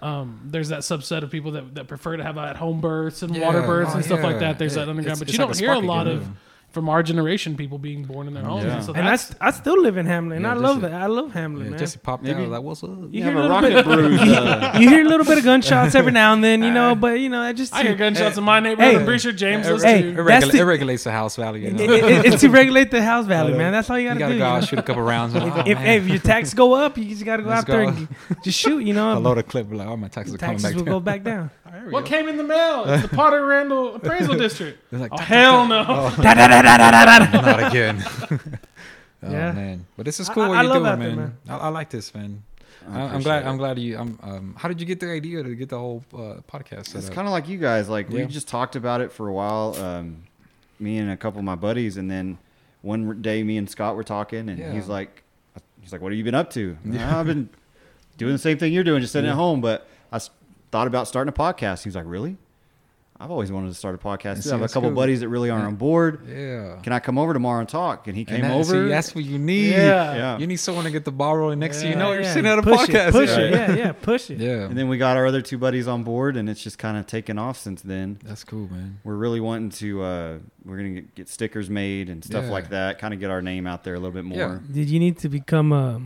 S4: um, there's that subset of people that, that prefer to have at home births and water
S3: Yeah.
S4: births
S3: Oh,
S4: and stuff
S3: yeah.
S4: like that. There's
S3: It-
S4: that underground,
S3: it's-
S4: but
S3: it's
S4: you
S3: like
S4: don't
S3: a
S4: hear a
S3: spark
S4: lot
S3: again,
S4: of
S3: yeah.
S4: from our generation people being born in their homes.
S1: Yeah.
S4: And, so
S2: and I,
S4: that's,
S2: st- I still live in Hamlet, and
S3: Yeah,
S2: I love
S3: just-
S2: that. I love Hamlet,
S3: Yeah,
S2: man.
S3: Jesse popped
S1: Maybe-
S3: out. I was like, what's up?
S2: you
S1: you have
S2: hear a
S1: a
S2: little
S1: Rocket
S2: bit.
S1: Brews. Uh,
S2: you hear a little bit of gunshots every now and then, you know, but you know, that just
S4: I hear gunshots in my neighborhood.
S2: Hey.
S4: I'm pretty sure James does
S2: Hey.
S4: too.
S3: it,
S2: that's
S3: regula-
S2: the-
S3: it regulates the house value. You,
S2: It-
S3: know?
S2: it- it's to regulate the house value,
S3: know.
S2: man. That's all you
S3: You
S2: gotta,
S3: gotta
S2: do.
S3: go
S2: you
S3: out,
S2: know?
S3: shoot a couple rounds. and,
S2: If,
S3: oh,
S2: if,
S3: man.
S2: hey, if your taxes go up, you just gotta go
S3: Let's
S2: out there
S3: go.
S2: and just shoot. You
S3: I
S2: know,
S3: load a clip. Like, oh, my taxes are coming
S2: Um, taxes
S3: back.
S2: will
S3: down.
S2: go back down.
S3: All right, here we
S4: What
S3: go.
S4: came in the mail? It's the Potter Randall Appraisal District.
S3: It's like,
S4: Oh
S3: "Tac, tac,
S4: hell
S3: tac."
S4: no!
S2: Da, da, da, da, da, da, da.
S3: Not again. oh
S2: Yeah.
S3: man, but this is
S2: I-
S3: cool.
S2: I-
S3: what
S2: I
S3: you're
S2: love
S3: doing,
S2: out there,
S3: man. I,
S2: man.
S3: I like this,
S1: I
S3: man. I I'm glad.
S1: appreciate
S3: I'm
S1: it.
S3: glad you. Um, um, how did you get the idea to get the whole uh, podcast? set
S1: It's
S3: up?
S1: kind of like you guys. Like we
S3: Yeah.
S1: just talked about it for a while. Um, me and a couple of my buddies, and then one day, me and Scott were talking, and
S3: Yeah.
S1: he's like, he's like, "What have you been up to?" And I've been doing the same thing you're doing, just sitting at home. But I s- thought about starting a podcast. He was like, "Really?" I've always wanted to start a podcast.
S3: And
S1: too.
S3: see,
S1: I have a
S3: that's
S1: couple
S3: good.
S1: buddies that really aren't on board.
S3: Yeah.
S1: Can I come over tomorrow and talk? And he came
S3: and that-
S1: over.
S3: See, that's what you need.
S4: Yeah.
S1: yeah.
S3: You need someone to get the ball rolling next to you. you. know,
S2: Yeah,
S3: you're
S2: yeah.
S3: sitting at a
S2: push
S3: podcast.
S2: It, push
S1: yeah.
S2: it, yeah, yeah, push it.
S3: Yeah.
S1: And then we got our other two buddies on board, and it's just kind of taken off since then.
S3: That's cool, man.
S1: we're really wanting to uh we're gonna get, get stickers made and stuff
S3: Yeah.
S1: like that kind of get our name out there a little bit more
S3: Yeah.
S2: Did you need to become a,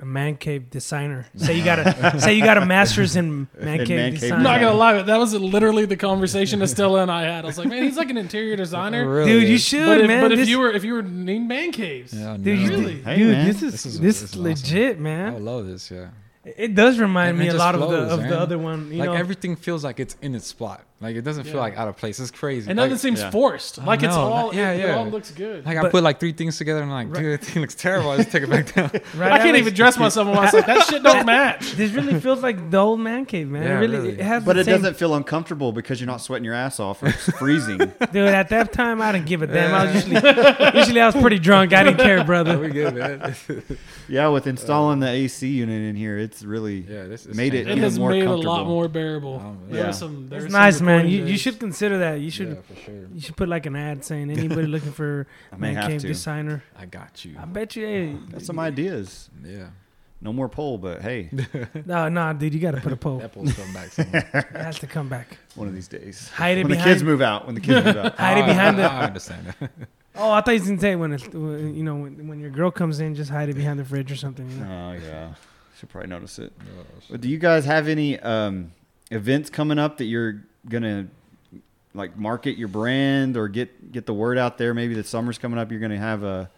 S2: a man cave designer? Say you got a say you got a master's in man
S1: In
S2: cave
S1: man cave
S2: design.
S4: I'm not gonna lie, but that was literally the conversation Estella and I had. I was like, man, he's like an interior designer.
S3: Really
S2: Dude, you
S3: is.
S2: should,
S4: But if,
S2: man.
S4: but if
S2: this,
S4: you were if you were in man caves,
S3: Yeah,
S2: dude, you
S3: no.
S4: Really?
S1: Hey,
S2: dude
S1: man.
S2: this is
S3: This is-
S2: this is,
S3: this is awesome.
S2: legit,
S3: I
S2: man.
S3: love this. Yeah.
S2: It does remind
S3: And
S2: me
S3: it
S2: a
S3: just
S2: lot of
S3: flows,
S2: the of
S3: man.
S2: the other one. You
S3: like
S2: know,
S3: everything feels like it's in its spot. Like it doesn't
S4: Yeah.
S3: feel like out of place. It's crazy.
S4: and
S3: like,
S4: nothing seems
S1: yeah.
S4: forced. Like it's
S3: know,
S4: all,
S3: like- yeah,
S4: it, it
S3: yeah.
S4: all looks good.
S3: like I
S2: But-
S3: put like three things together and I'm like,
S4: Right.
S3: dude, that thing looks terrible. I just take it back down.
S2: right,
S4: I can't
S2: Alex?
S4: even dress myself. when I was like, that shit don't match.
S2: This really feels like the old man cave, man.
S3: Yeah,
S2: it really,
S3: really.
S2: It has
S1: But
S2: the
S1: it
S2: same-
S1: doesn't feel uncomfortable because you're not sweating your ass off or it's freezing.
S2: Dude, at that time, I didn't give a damn. I was usually, usually I was pretty drunk. I didn't care,
S3: Yeah,
S2: brother.
S3: we good, man.
S1: yeah, with installing the AC unit in here, it's really
S3: yeah, this is
S1: Made it
S4: It
S1: even
S4: has
S1: more
S4: made it a lot
S1: comfortable.
S4: more
S3: Oh,
S4: bearable.
S3: man.
S4: There
S1: Yeah.
S4: was some, there
S2: It's
S4: was some
S2: nice, man.
S4: recording
S2: You, you
S4: days.
S2: should consider that. You should
S3: Yeah, for sure.
S2: you should put like an ad saying anybody looking for
S1: I may
S2: man
S1: have
S2: cave
S1: to.
S2: designer.
S3: I got you.
S2: I bet you. Hey,
S1: Got some ideas.
S3: Yeah,
S1: No more pole, but hey,
S2: no, no, dude, you got to put a poll.
S3: Apple's come back. somewhere.
S2: It has to come back.
S1: one of these days.
S2: Hide it
S1: when
S2: behind.
S1: the kids move out. When the kids move out.
S2: Hide it
S3: Oh,
S2: behind
S3: I,
S2: the-
S3: I understand. that.
S2: Oh, I thought you didn't say when it's when- you know when, when your girl comes in, just hide it behind the fridge or something. You know?
S1: Oh yeah, should probably notice it.
S3: Oh,
S1: But
S3: shit.
S1: do you guys have any um, events coming up that you're gonna like market your brand or get get the word out there? Maybe the summer's coming up. You're gonna have a.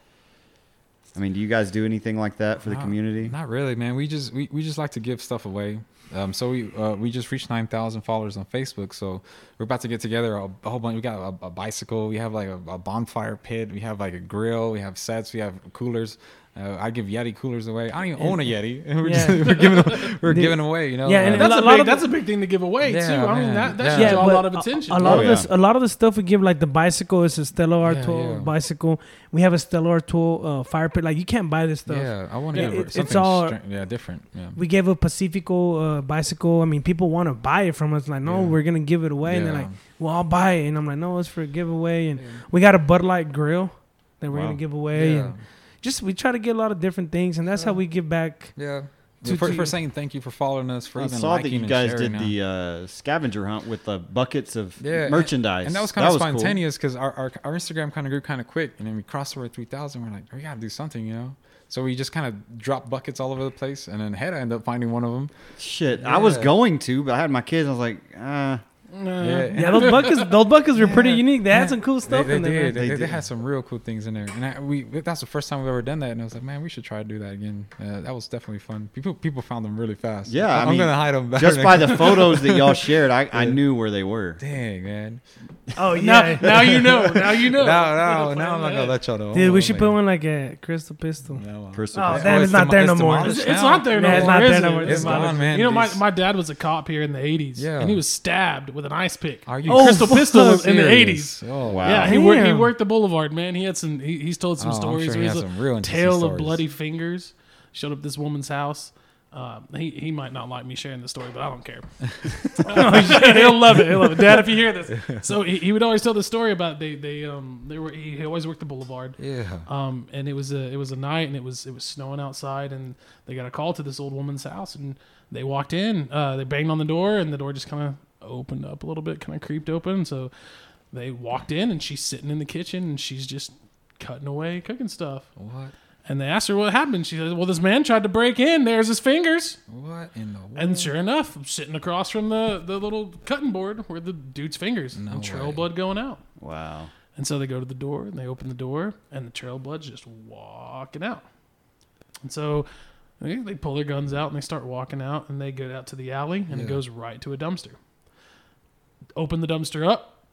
S1: I mean, do you guys do anything like that for the
S3: Not-
S1: community?
S3: Not really, man. We just we, we just like to give stuff away. Um, so we uh, we just reached nine thousand followers on Facebook. So we're about to get together a, a whole bunch. We got a, a bicycle. We have like a, a bonfire pit. We have like a grill. We have sets. We have coolers. Uh, I give Yeti coolers away. I don't even own a Yeti, and we're
S2: Yeah.
S3: just, we're giving them, we're
S2: Dude.
S3: giving 'em away. You know,
S2: Yeah, and
S3: Uh,
S4: And that's
S2: A
S4: a,
S2: lot
S4: big,
S2: of the-
S4: that's a big thing to give away
S3: Yeah,
S4: too. I
S3: man.
S4: mean, that, that
S3: Yeah.
S4: should draw
S2: but
S4: a lot of
S2: a-
S4: attention.
S2: A, lot
S1: Oh,
S2: of
S1: yeah.
S2: this, a lot of the stuff we give, like the bicycle, is a Stella
S3: Yeah,
S2: Artois
S3: yeah.
S2: bicycle. We have a Stella Artois uh, fire pit. Like you can't buy this stuff.
S3: yeah. I want to
S2: Yeah,
S3: give
S2: it-
S3: her
S2: it's
S3: something
S2: all-
S3: str- yeah different. Yeah.
S2: We gave a Pacifico uh, bicycle. I mean, people want to buy it from us. Like, no,
S3: Yeah.
S2: we're gonna give it away. And they're
S3: Yeah.
S2: like, well, I'll buy it. And I'm like, no, it's for a giveaway. And we got a Bud Light grill that we're
S1: Wow.
S2: gonna give away.
S3: yeah.
S2: And just we try to get a lot of different things, and that's how we give back.
S3: Yeah.
S2: To-
S3: for,
S2: to-
S3: for saying thank you for following us for
S1: I
S3: even
S1: saw that
S3: liking
S1: you
S3: and
S1: guys
S3: sharing
S1: did
S3: now.
S1: the uh, scavenger hunt with the buckets of
S3: Yeah, and-
S1: merchandise,
S3: and that was kind of
S1: cool.
S3: spontaneous because our, our our Instagram kind of grew kind of quick, and then we crossed over three thousand. We're like, we gotta do something, you know. So we just kind of dropped buckets all over the place, and then Hedda ended up finding one of them.
S1: Shit, I was
S3: Yeah.
S1: going to, but I had my kids. I was like, uh,
S3: yeah,
S2: Uh-huh. Yeah, those buckets, those buckets were pretty
S3: Yeah.
S2: unique. They
S3: Yeah.
S2: had some cool
S3: They,
S2: stuff
S3: they,
S2: in there.
S3: did.
S2: man.
S3: They,
S1: They
S3: they
S1: did.
S3: had some real cool things in there, and I, we that's the first time we've ever done that. And I was like, man, we should try to do that again. Uh, that was definitely fun. People people found them really fast.
S1: Yeah, I
S3: I am
S1: mean,
S3: gonna hide them. Better
S1: just by
S3: next-
S1: the photos that y'all shared, I, I knew where they were.
S3: dang man.
S4: Now,
S2: Oh yeah,
S4: now you know. Now you know.
S3: No, no,
S4: We're
S3: now I'm not gonna
S4: planning
S3: let y'all know.
S2: dude, we
S3: Oh,
S2: should
S3: man.
S2: put one like a crystal pistol.
S3: No, uh,
S1: Crystal
S2: Oh,
S1: Pistol.
S2: that is
S3: it's
S2: not there no
S3: demo-
S2: more.
S4: ahead.
S3: demolished
S4: It's, it's
S3: now.
S4: not there no
S2: Yeah, it's
S4: more.
S2: not
S4: is
S2: there no
S4: it?
S2: more. It's
S4: not-
S3: gone, man.
S4: You know, my,
S3: These-
S4: my dad was a cop here in the 80s,
S3: Yeah.
S4: and he was stabbed with an ice pick.
S3: Are you
S2: Oh,
S4: crystal
S2: fuck.
S4: pistol in the
S3: serious?
S4: 80s?
S3: Oh,
S1: Wow.
S4: Yeah, he, worked, he
S2: Damn.
S4: worked the boulevard, man. He had some. He, he's told some
S3: Oh, I'm
S4: stories.
S3: sure
S4: where
S3: he
S4: he's
S3: has
S4: like,
S3: some real interesting
S4: tale of
S3: stories.
S4: bloody fingers. Showed up at this woman's house. Uh, he he might not like me sharing the story, but I don't care. he'll love it. He'll love it, Dad. If you hear this, so he, he would always tell the story about they they um they were he, he always worked the boulevard.
S3: Yeah.
S4: Um, and it was a it was a night, and it was it was snowing outside, and they got a call to this old woman's house, and they walked in. Uh, they banged on the door, and the door just kind of opened up a little bit, kind of creeped open. So they walked in, and she's sitting in the kitchen, and she's just cutting away, cooking stuff.
S3: What?
S4: And they asked her what happened. She said, "Well, this man tried to break in. There's his fingers."
S3: What in the world?
S4: And sure enough, I'm sitting across from the the little cutting board were the dude's fingers,
S3: No
S4: and trail
S3: way.
S4: blood going out.
S1: Wow.
S4: And so they go to the door and they open the door and the trail blood's just walking out. And so they, they pull their guns out and they start walking out and they go out to the alley and it
S3: Yeah.
S4: goes right to a dumpster. Open the dumpster up,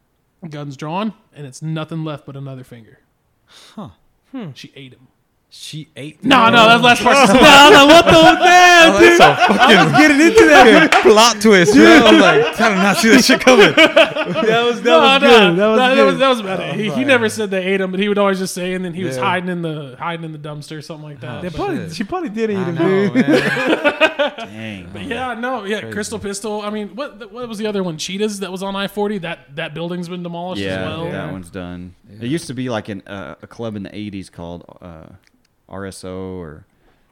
S4: guns drawn, and it's nothing left but another finger.
S3: Huh.
S4: Hmm. She ate him.
S3: she ate.
S4: No, no, that last part's
S2: what the damn?
S3: Oh, that's a fucking getting into that plot twist. Dude. I was like, I did not see this shit coming.
S2: That was that
S4: No, no,
S2: was good. That was
S4: no,
S2: good.
S4: that was that was about it. He, he
S3: right.
S4: never said they ate him, but he would always just say, and then he was
S3: Yeah.
S4: hiding in the hiding in the dumpster, something like that.
S2: They
S4: But-
S2: probably,
S3: Shit.
S2: she probably did eat
S3: I
S2: him,
S3: know,
S2: dude.
S3: man.
S1: Dang.
S4: But yeah, no, yeah,
S3: Crazy.
S4: Crystal Pistol. I mean, what what was the other one? Cheetahs that was on I forty. That that building's been demolished
S1: yeah,
S4: as well.
S1: that one's done. It used to be like an, uh, a club in the '80s called uh, RSO or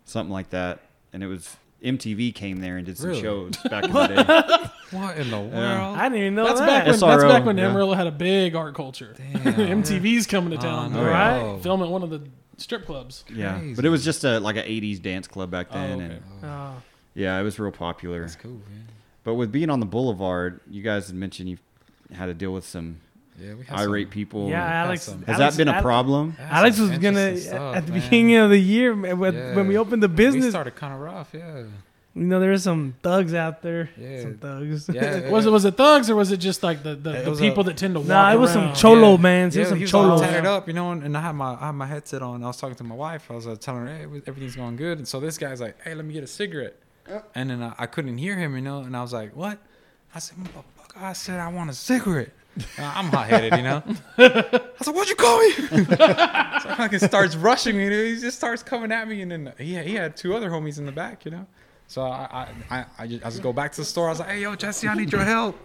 S1: something like that, and it was MTV came there and did some
S3: Really?
S1: shows back in the day.
S3: What in the world?
S2: I didn't even know
S4: That's back
S2: that.
S4: when that's
S1: SRO,
S4: back when
S1: yeah.
S4: Amarillo had a big art culture.
S3: Damn.
S4: MTV's coming to town,
S3: Oh, no.
S4: right?
S3: Oh.
S4: Film at one of the strip clubs.
S1: Yeah,
S3: Crazy.
S1: but it was just a like an '80s dance club back
S4: Oh,
S1: then,
S4: okay.
S1: and
S2: Oh,
S1: yeah, it was real popular.
S3: That's cool, man.
S1: But with being on the Boulevard, you guys had mentioned you had to deal with some
S3: Yeah, we had some-
S1: irate people.
S2: yeah, Alex.
S3: some-
S1: Has
S2: Alex-
S1: that been a
S2: Alex-
S1: problem?
S3: had some
S2: Alex was
S3: interesting
S2: gonna
S3: stuff,
S2: at the
S3: man.
S2: beginning of the year man, when,
S3: Yeah.
S2: when we opened the
S3: We
S2: business.
S3: started kind of rough, yeah.
S2: You know, there's some thugs out there.
S3: Yeah.
S2: Some thugs.
S3: Yeah, yeah.
S4: Was it was it thugs or was it just like the, the,
S3: It
S4: the
S3: was
S4: people
S3: a-
S4: that tend to walk
S2: Nah, it was some
S4: around?
S2: cholo mans. There's some
S3: he was all
S2: cholos.
S3: tatted up, you know, and, and I had my I had my headset on. I was talking to my wife. I was uh, telling her, hey, every- everything's going good. And so this guy's like, hey, let me get a cigarette. And then I, I couldn't hear him, you know, and I was like, what? I said, motherfucker, I said I want a cigarette. Uh, I'm hot headed, you know. I was like, what'd you call me? so he fucking starts rushing me. dude. He just starts coming at me, and then he he had two other homies in the back, you know. So I I I, I, just, I just go back to the store. I was like, hey yo, Jesse, I need your help.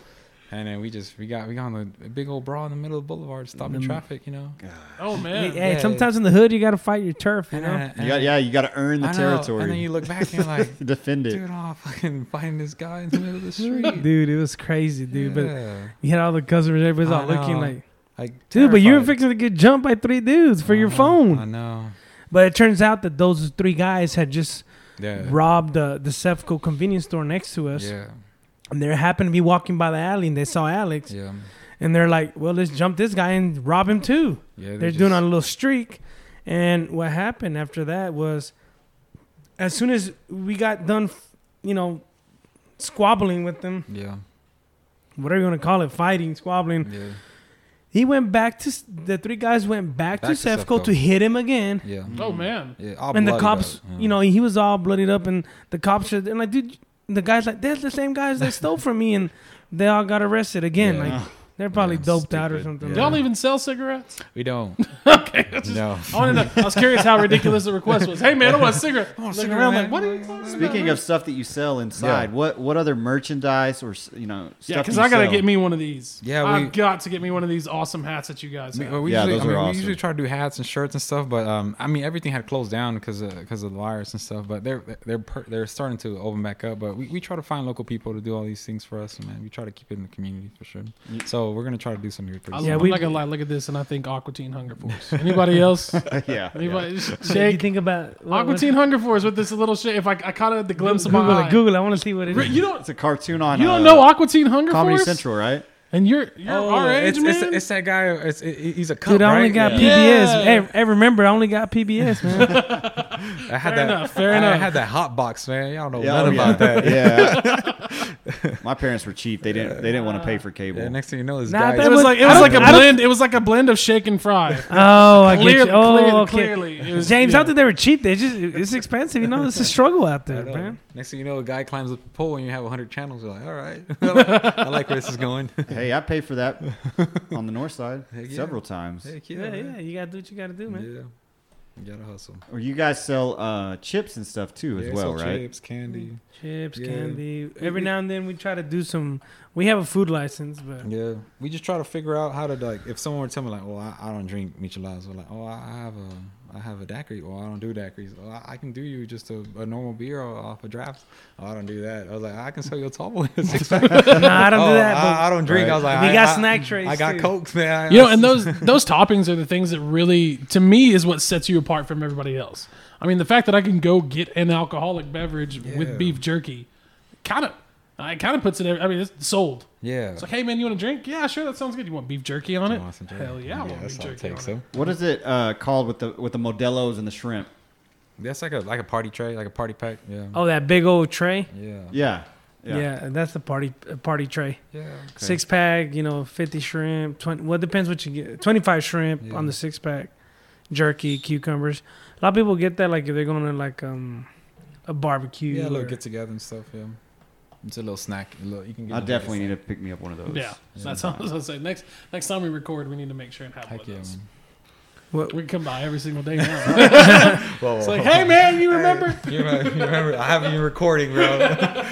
S3: And then we just we got we got on the big old brawl in the middle of the boulevard, stopping
S2: Mm.
S3: traffic, you know.
S4: Oh man.
S2: Hey,
S3: Yeah.
S2: sometimes in the hood you gotta fight your turf, you know.
S1: You got, yeah, you got to earn the
S3: I know.
S1: territory.
S3: And then you look back and you're like,
S1: Defend it.
S3: dude, oh, fucking fighting this guy in the middle of the street,
S2: Dude, it was crazy, dude. But
S3: Yeah.
S2: you had all the customers, everybody's
S3: I
S2: all looking
S3: know.
S2: like,
S3: like
S2: dude, but you were
S3: terrified.
S2: fixing to get jumped by three dudes for your
S3: I know, I
S2: phone.
S3: know.
S2: But it turns out that those three guys had just
S3: Yeah.
S2: robbed the the Sefco convenience store next to us,
S3: Yeah.
S2: and they happened to be walking by the alley and they saw Alex,
S3: Yeah.
S2: and they're like, well, let's jump this guy and rob him too.
S3: Yeah.
S2: they're doing on a little streak. And what happened after that was, as soon as we got done, you know, squabbling with them,
S3: Yeah.
S2: whatever you want to call it, fighting, squabbling,
S3: Yeah.
S2: he went back to the three guys went back, to
S3: Back to
S2: Sefco
S3: Sefco.
S2: to hit him again.
S3: Yeah.
S4: Oh man.
S3: Yeah. all
S2: and the
S3: bloody
S2: cops,
S3: though. Yeah.
S2: you know, he was all bloodied up, and the cops are they're like, dude, the guys like that's the same guys that stole from me, and they all got arrested again.
S3: Yeah.
S2: Like they're probably
S3: Yeah,
S2: doped out or
S3: stupid.
S2: something.
S3: Yeah.
S4: Y'all even sell cigarettes?
S3: we don't.
S4: okay. I just-
S3: No.
S4: I wanted to, I was curious how ridiculous the request was. Hey man, I want a cigarette.
S3: want a
S4: Looking
S3: cigarette,
S4: around
S3: man.
S4: like, what are you talking about?
S1: Speaking of stuff that you sell inside,
S3: Yeah.
S1: what what other merchandise or s- you know stuff?
S4: Yeah, because
S1: do you
S4: I gotta
S1: sell?
S4: get me one of these.
S3: Yeah,
S4: I've
S3: we-
S4: got to get me one of these awesome hats that you guys
S3: We,
S4: have.
S3: well, we
S1: Yeah,
S3: usually,
S1: those
S3: I mean,
S1: are
S3: we
S1: awesome.
S3: usually try to do hats and shirts and stuff, but um, I mean everything had closed down because because of the virus and stuff. But they're they're per, they're starting to open back up. But we, we try to find local people to do all these things for us, and man, we try to keep it in the community for sure. So we're gonna try to do some here pretty
S4: I,
S3: soon.
S2: Yeah,
S4: yeah,
S2: we-
S4: I'm not gonna lie. Look at this, and I think Aqua Teen Hunger Force. Anybody else?
S1: yeah, yeah.
S4: Anybody? Just
S2: Shake. You
S4: Shake.
S2: think about what
S4: Aqua
S2: was
S4: Teen
S2: it?
S4: Hunger Force with this little shake. If I, I caught it at the glimpse of
S2: Google
S4: my eye.
S2: it. Google. it. I want to see what it
S4: Re-
S2: is.
S4: You don't.
S1: It's a cartoon on.
S4: You don't
S1: uh,
S4: know Aqua Teen Hunger
S1: Comedy
S4: Force?
S1: Central, right?
S4: And you're you're our age,
S3: Oh, it's,
S4: man.
S3: it's, it's that guy. It's, it, he's a cup,
S2: Dude, I only
S3: right?
S2: got
S1: Yeah.
S2: PBS.
S4: Yeah.
S2: Hey, hey, remember, I only got PBS, man.
S3: I had
S4: fair
S3: that.
S4: enough, fair
S3: I
S4: enough.
S3: had that hot box, man. Y'all know
S1: Yeah,
S3: none
S1: oh, yeah.
S3: about that.
S1: Yeah. My parents were cheap. They didn't. They didn't want to pay for cable.
S3: Yeah, next thing you know, this
S2: Nah,
S3: guy.
S4: it
S2: that
S4: was like it
S2: I
S4: was
S2: don't-
S4: like a
S2: I don't-
S4: blend. It was like a blend of shake and fry.
S2: oh, I get
S4: Clearly,
S2: you. Oh,
S4: clearly,
S2: okay.
S4: clearly, it was-
S2: James,
S4: yeah.
S2: out there, they were cheap. They just it's expensive. You know, it's a struggle out
S3: I
S2: there,
S3: know.
S2: man.
S3: Next thing you know, a guy climbs up the pole and you have 100 channels. You're like, all right, I like, I like where this is going.
S1: Hey, I paid for that on the north side
S3: Heck yeah.
S1: several times.
S3: Heck
S2: Yeah,
S3: man.
S2: yeah, you gotta do what you gotta do, man.
S3: Yeah. You gotta hustle.
S1: Or you guys sell uh, chips and stuff too,
S3: Yeah,
S1: as well,
S3: sell
S1: right?
S3: Chips, candy.
S2: Chips,
S3: Yeah.
S2: candy. Every now and then, we try to do some. We have a food license, but
S3: Yeah. We just try to figure out how to like if someone were to tell me like, well, I, I don't drink micheladas, or like, oh, I I have a I have a daiquiri, well, I don't do daiquiris. Oh, I, I can do you just a, a normal beer or off a draft. Oh, I don't do that. I was like, I can sell you a tall boy. Six pack.
S2: no, I don't
S3: oh,
S2: do that.
S3: I, I don't drink. I was
S2: but
S3: like,
S2: we
S3: I,
S2: got
S3: I-
S2: snack trays.
S3: I got
S2: too.
S3: cokes, man. I-
S4: You know,
S3: I-
S4: and those those toppings are the things that really, to me, is what sets you apart from everybody else. I mean, the fact that I can go get an alcoholic beverage
S3: Yeah.
S4: with beef jerky, kind of, it kind of puts it. I mean, it's sold.
S3: yeah.
S4: It's like, hey man, you want a drink? Yeah, sure, that sounds good. You want beef jerky on it? Hell yeah, I want
S3: that's
S4: beef
S3: all it
S4: jerky on
S3: takes.
S4: it.
S3: So
S1: What is it uh, called with the with the Modelo's and the shrimp?
S3: that's like a like a party tray, like a party pack. Yeah.
S2: Oh, that big old tray.
S3: Yeah.
S1: Yeah,
S2: Yeah,
S1: yeah.
S2: that's the party a party tray.
S3: Yeah.
S2: Six pack, you know, fifty shrimp. Twenty. Well, it depends what you get. Twenty five shrimp
S3: Yeah.
S2: on the six pack, jerky, cucumbers. A lot of people get that like if they're going to like um a barbecue.
S3: Yeah, a
S2: or-
S3: little get together and stuff. Yeah. It's a little snack. A little, you can get
S1: I
S3: like a
S1: definitely need to pick me up one of those.
S4: Yeah, that's what I was gonna say. Next next time we record, we need to make sure and have
S3: Heck
S4: one
S3: yeah,
S4: of those.
S3: man.
S2: What-
S4: We can come by every single day now. it's like, hey man, you remember?
S3: You remember, you remember- I have you recording, bro.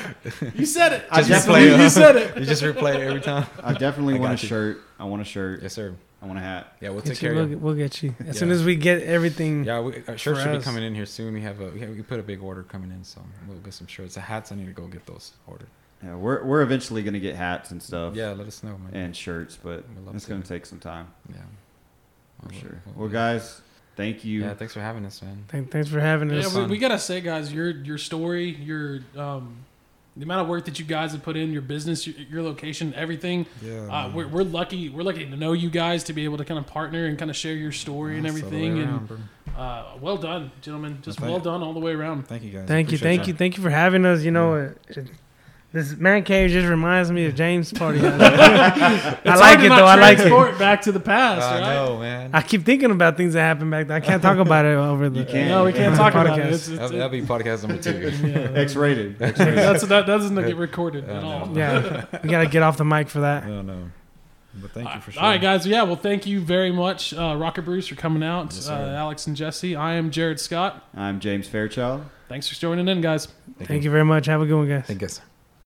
S4: You said it.
S1: I
S4: You
S1: definitely-
S4: said- you said it.
S3: You just replay it every time.
S1: I definitely
S3: I
S1: want a
S3: got you.
S1: shirt. I want a shirt.
S3: Yes, sir.
S1: I want a hat.
S3: Yeah, we'll
S2: get
S3: take
S2: you,
S3: care
S2: we'll,
S3: of you.
S2: get- we'll get you as
S3: Yeah.
S2: soon as we get everything.
S3: Yeah, we, our shirts
S2: For
S3: should be
S2: us.
S3: coming in here soon. We have a we, have, we put a big order coming in, so we'll get some shirts. The hats, I need to go get those ordered.
S1: Yeah, we're we're eventually gonna get hats and stuff.
S3: Yeah, let us know, man.
S1: and shirts, but
S3: We'd love
S1: it's
S3: to.
S1: gonna take some time
S3: yeah,
S1: for
S3: We'll-
S1: sure.
S3: we'll-
S1: Well, guys, thank you.
S3: yeah, thanks for having us, man.
S2: Thank- thanks for having us.
S4: Yeah, we,
S1: fun.
S4: we gotta say, guys, your your story, your um, the amount of work that you guys have put in, your business, your, your location, everything.
S3: Yeah,
S4: Uh, we're, we're lucky. We're lucky to know you guys to be able to kind of partner and kind of share your story and everything. And Uh, well done, gentlemen. Just
S3: Thank-
S4: well done all the way around.
S3: Thank you guys.
S2: Thank you,
S3: Appreciate
S2: thank you, thank you for having us. You know, it, it- this man cave just reminds me of James' party. I
S4: It's
S2: like
S4: hard
S2: it
S4: to
S2: though.
S4: not
S2: I like it.
S4: transport back to the past,
S3: I
S4: right?
S3: know, man.
S2: I keep thinking about things that happened back then. I can't talk about it over the.
S1: You can't.
S4: No, we can't
S2: Yeah.
S4: talk about it.
S2: Podcast.
S4: It's,
S3: That'll,
S4: it's,
S3: that'll be podcast number two.
S4: yeah,
S1: X rated.
S4: that's that doesn't get recorded
S3: Yeah,
S4: at
S3: no.
S4: all.
S2: Yeah, we gotta get off the mic for that.
S3: no, no. But thank you for sure.
S4: All right, guys. Yeah, well, thank you very much, uh, Rocket Bruce, for coming out.
S3: Yes,
S4: uh,
S3: sir.
S4: Alex and Jesse. I am Jared Scott.
S1: I'm James Fairchild.
S4: Thanks for joining in, guys.
S2: Thank you very much. Have a good one, guys.
S3: Thank you. guys.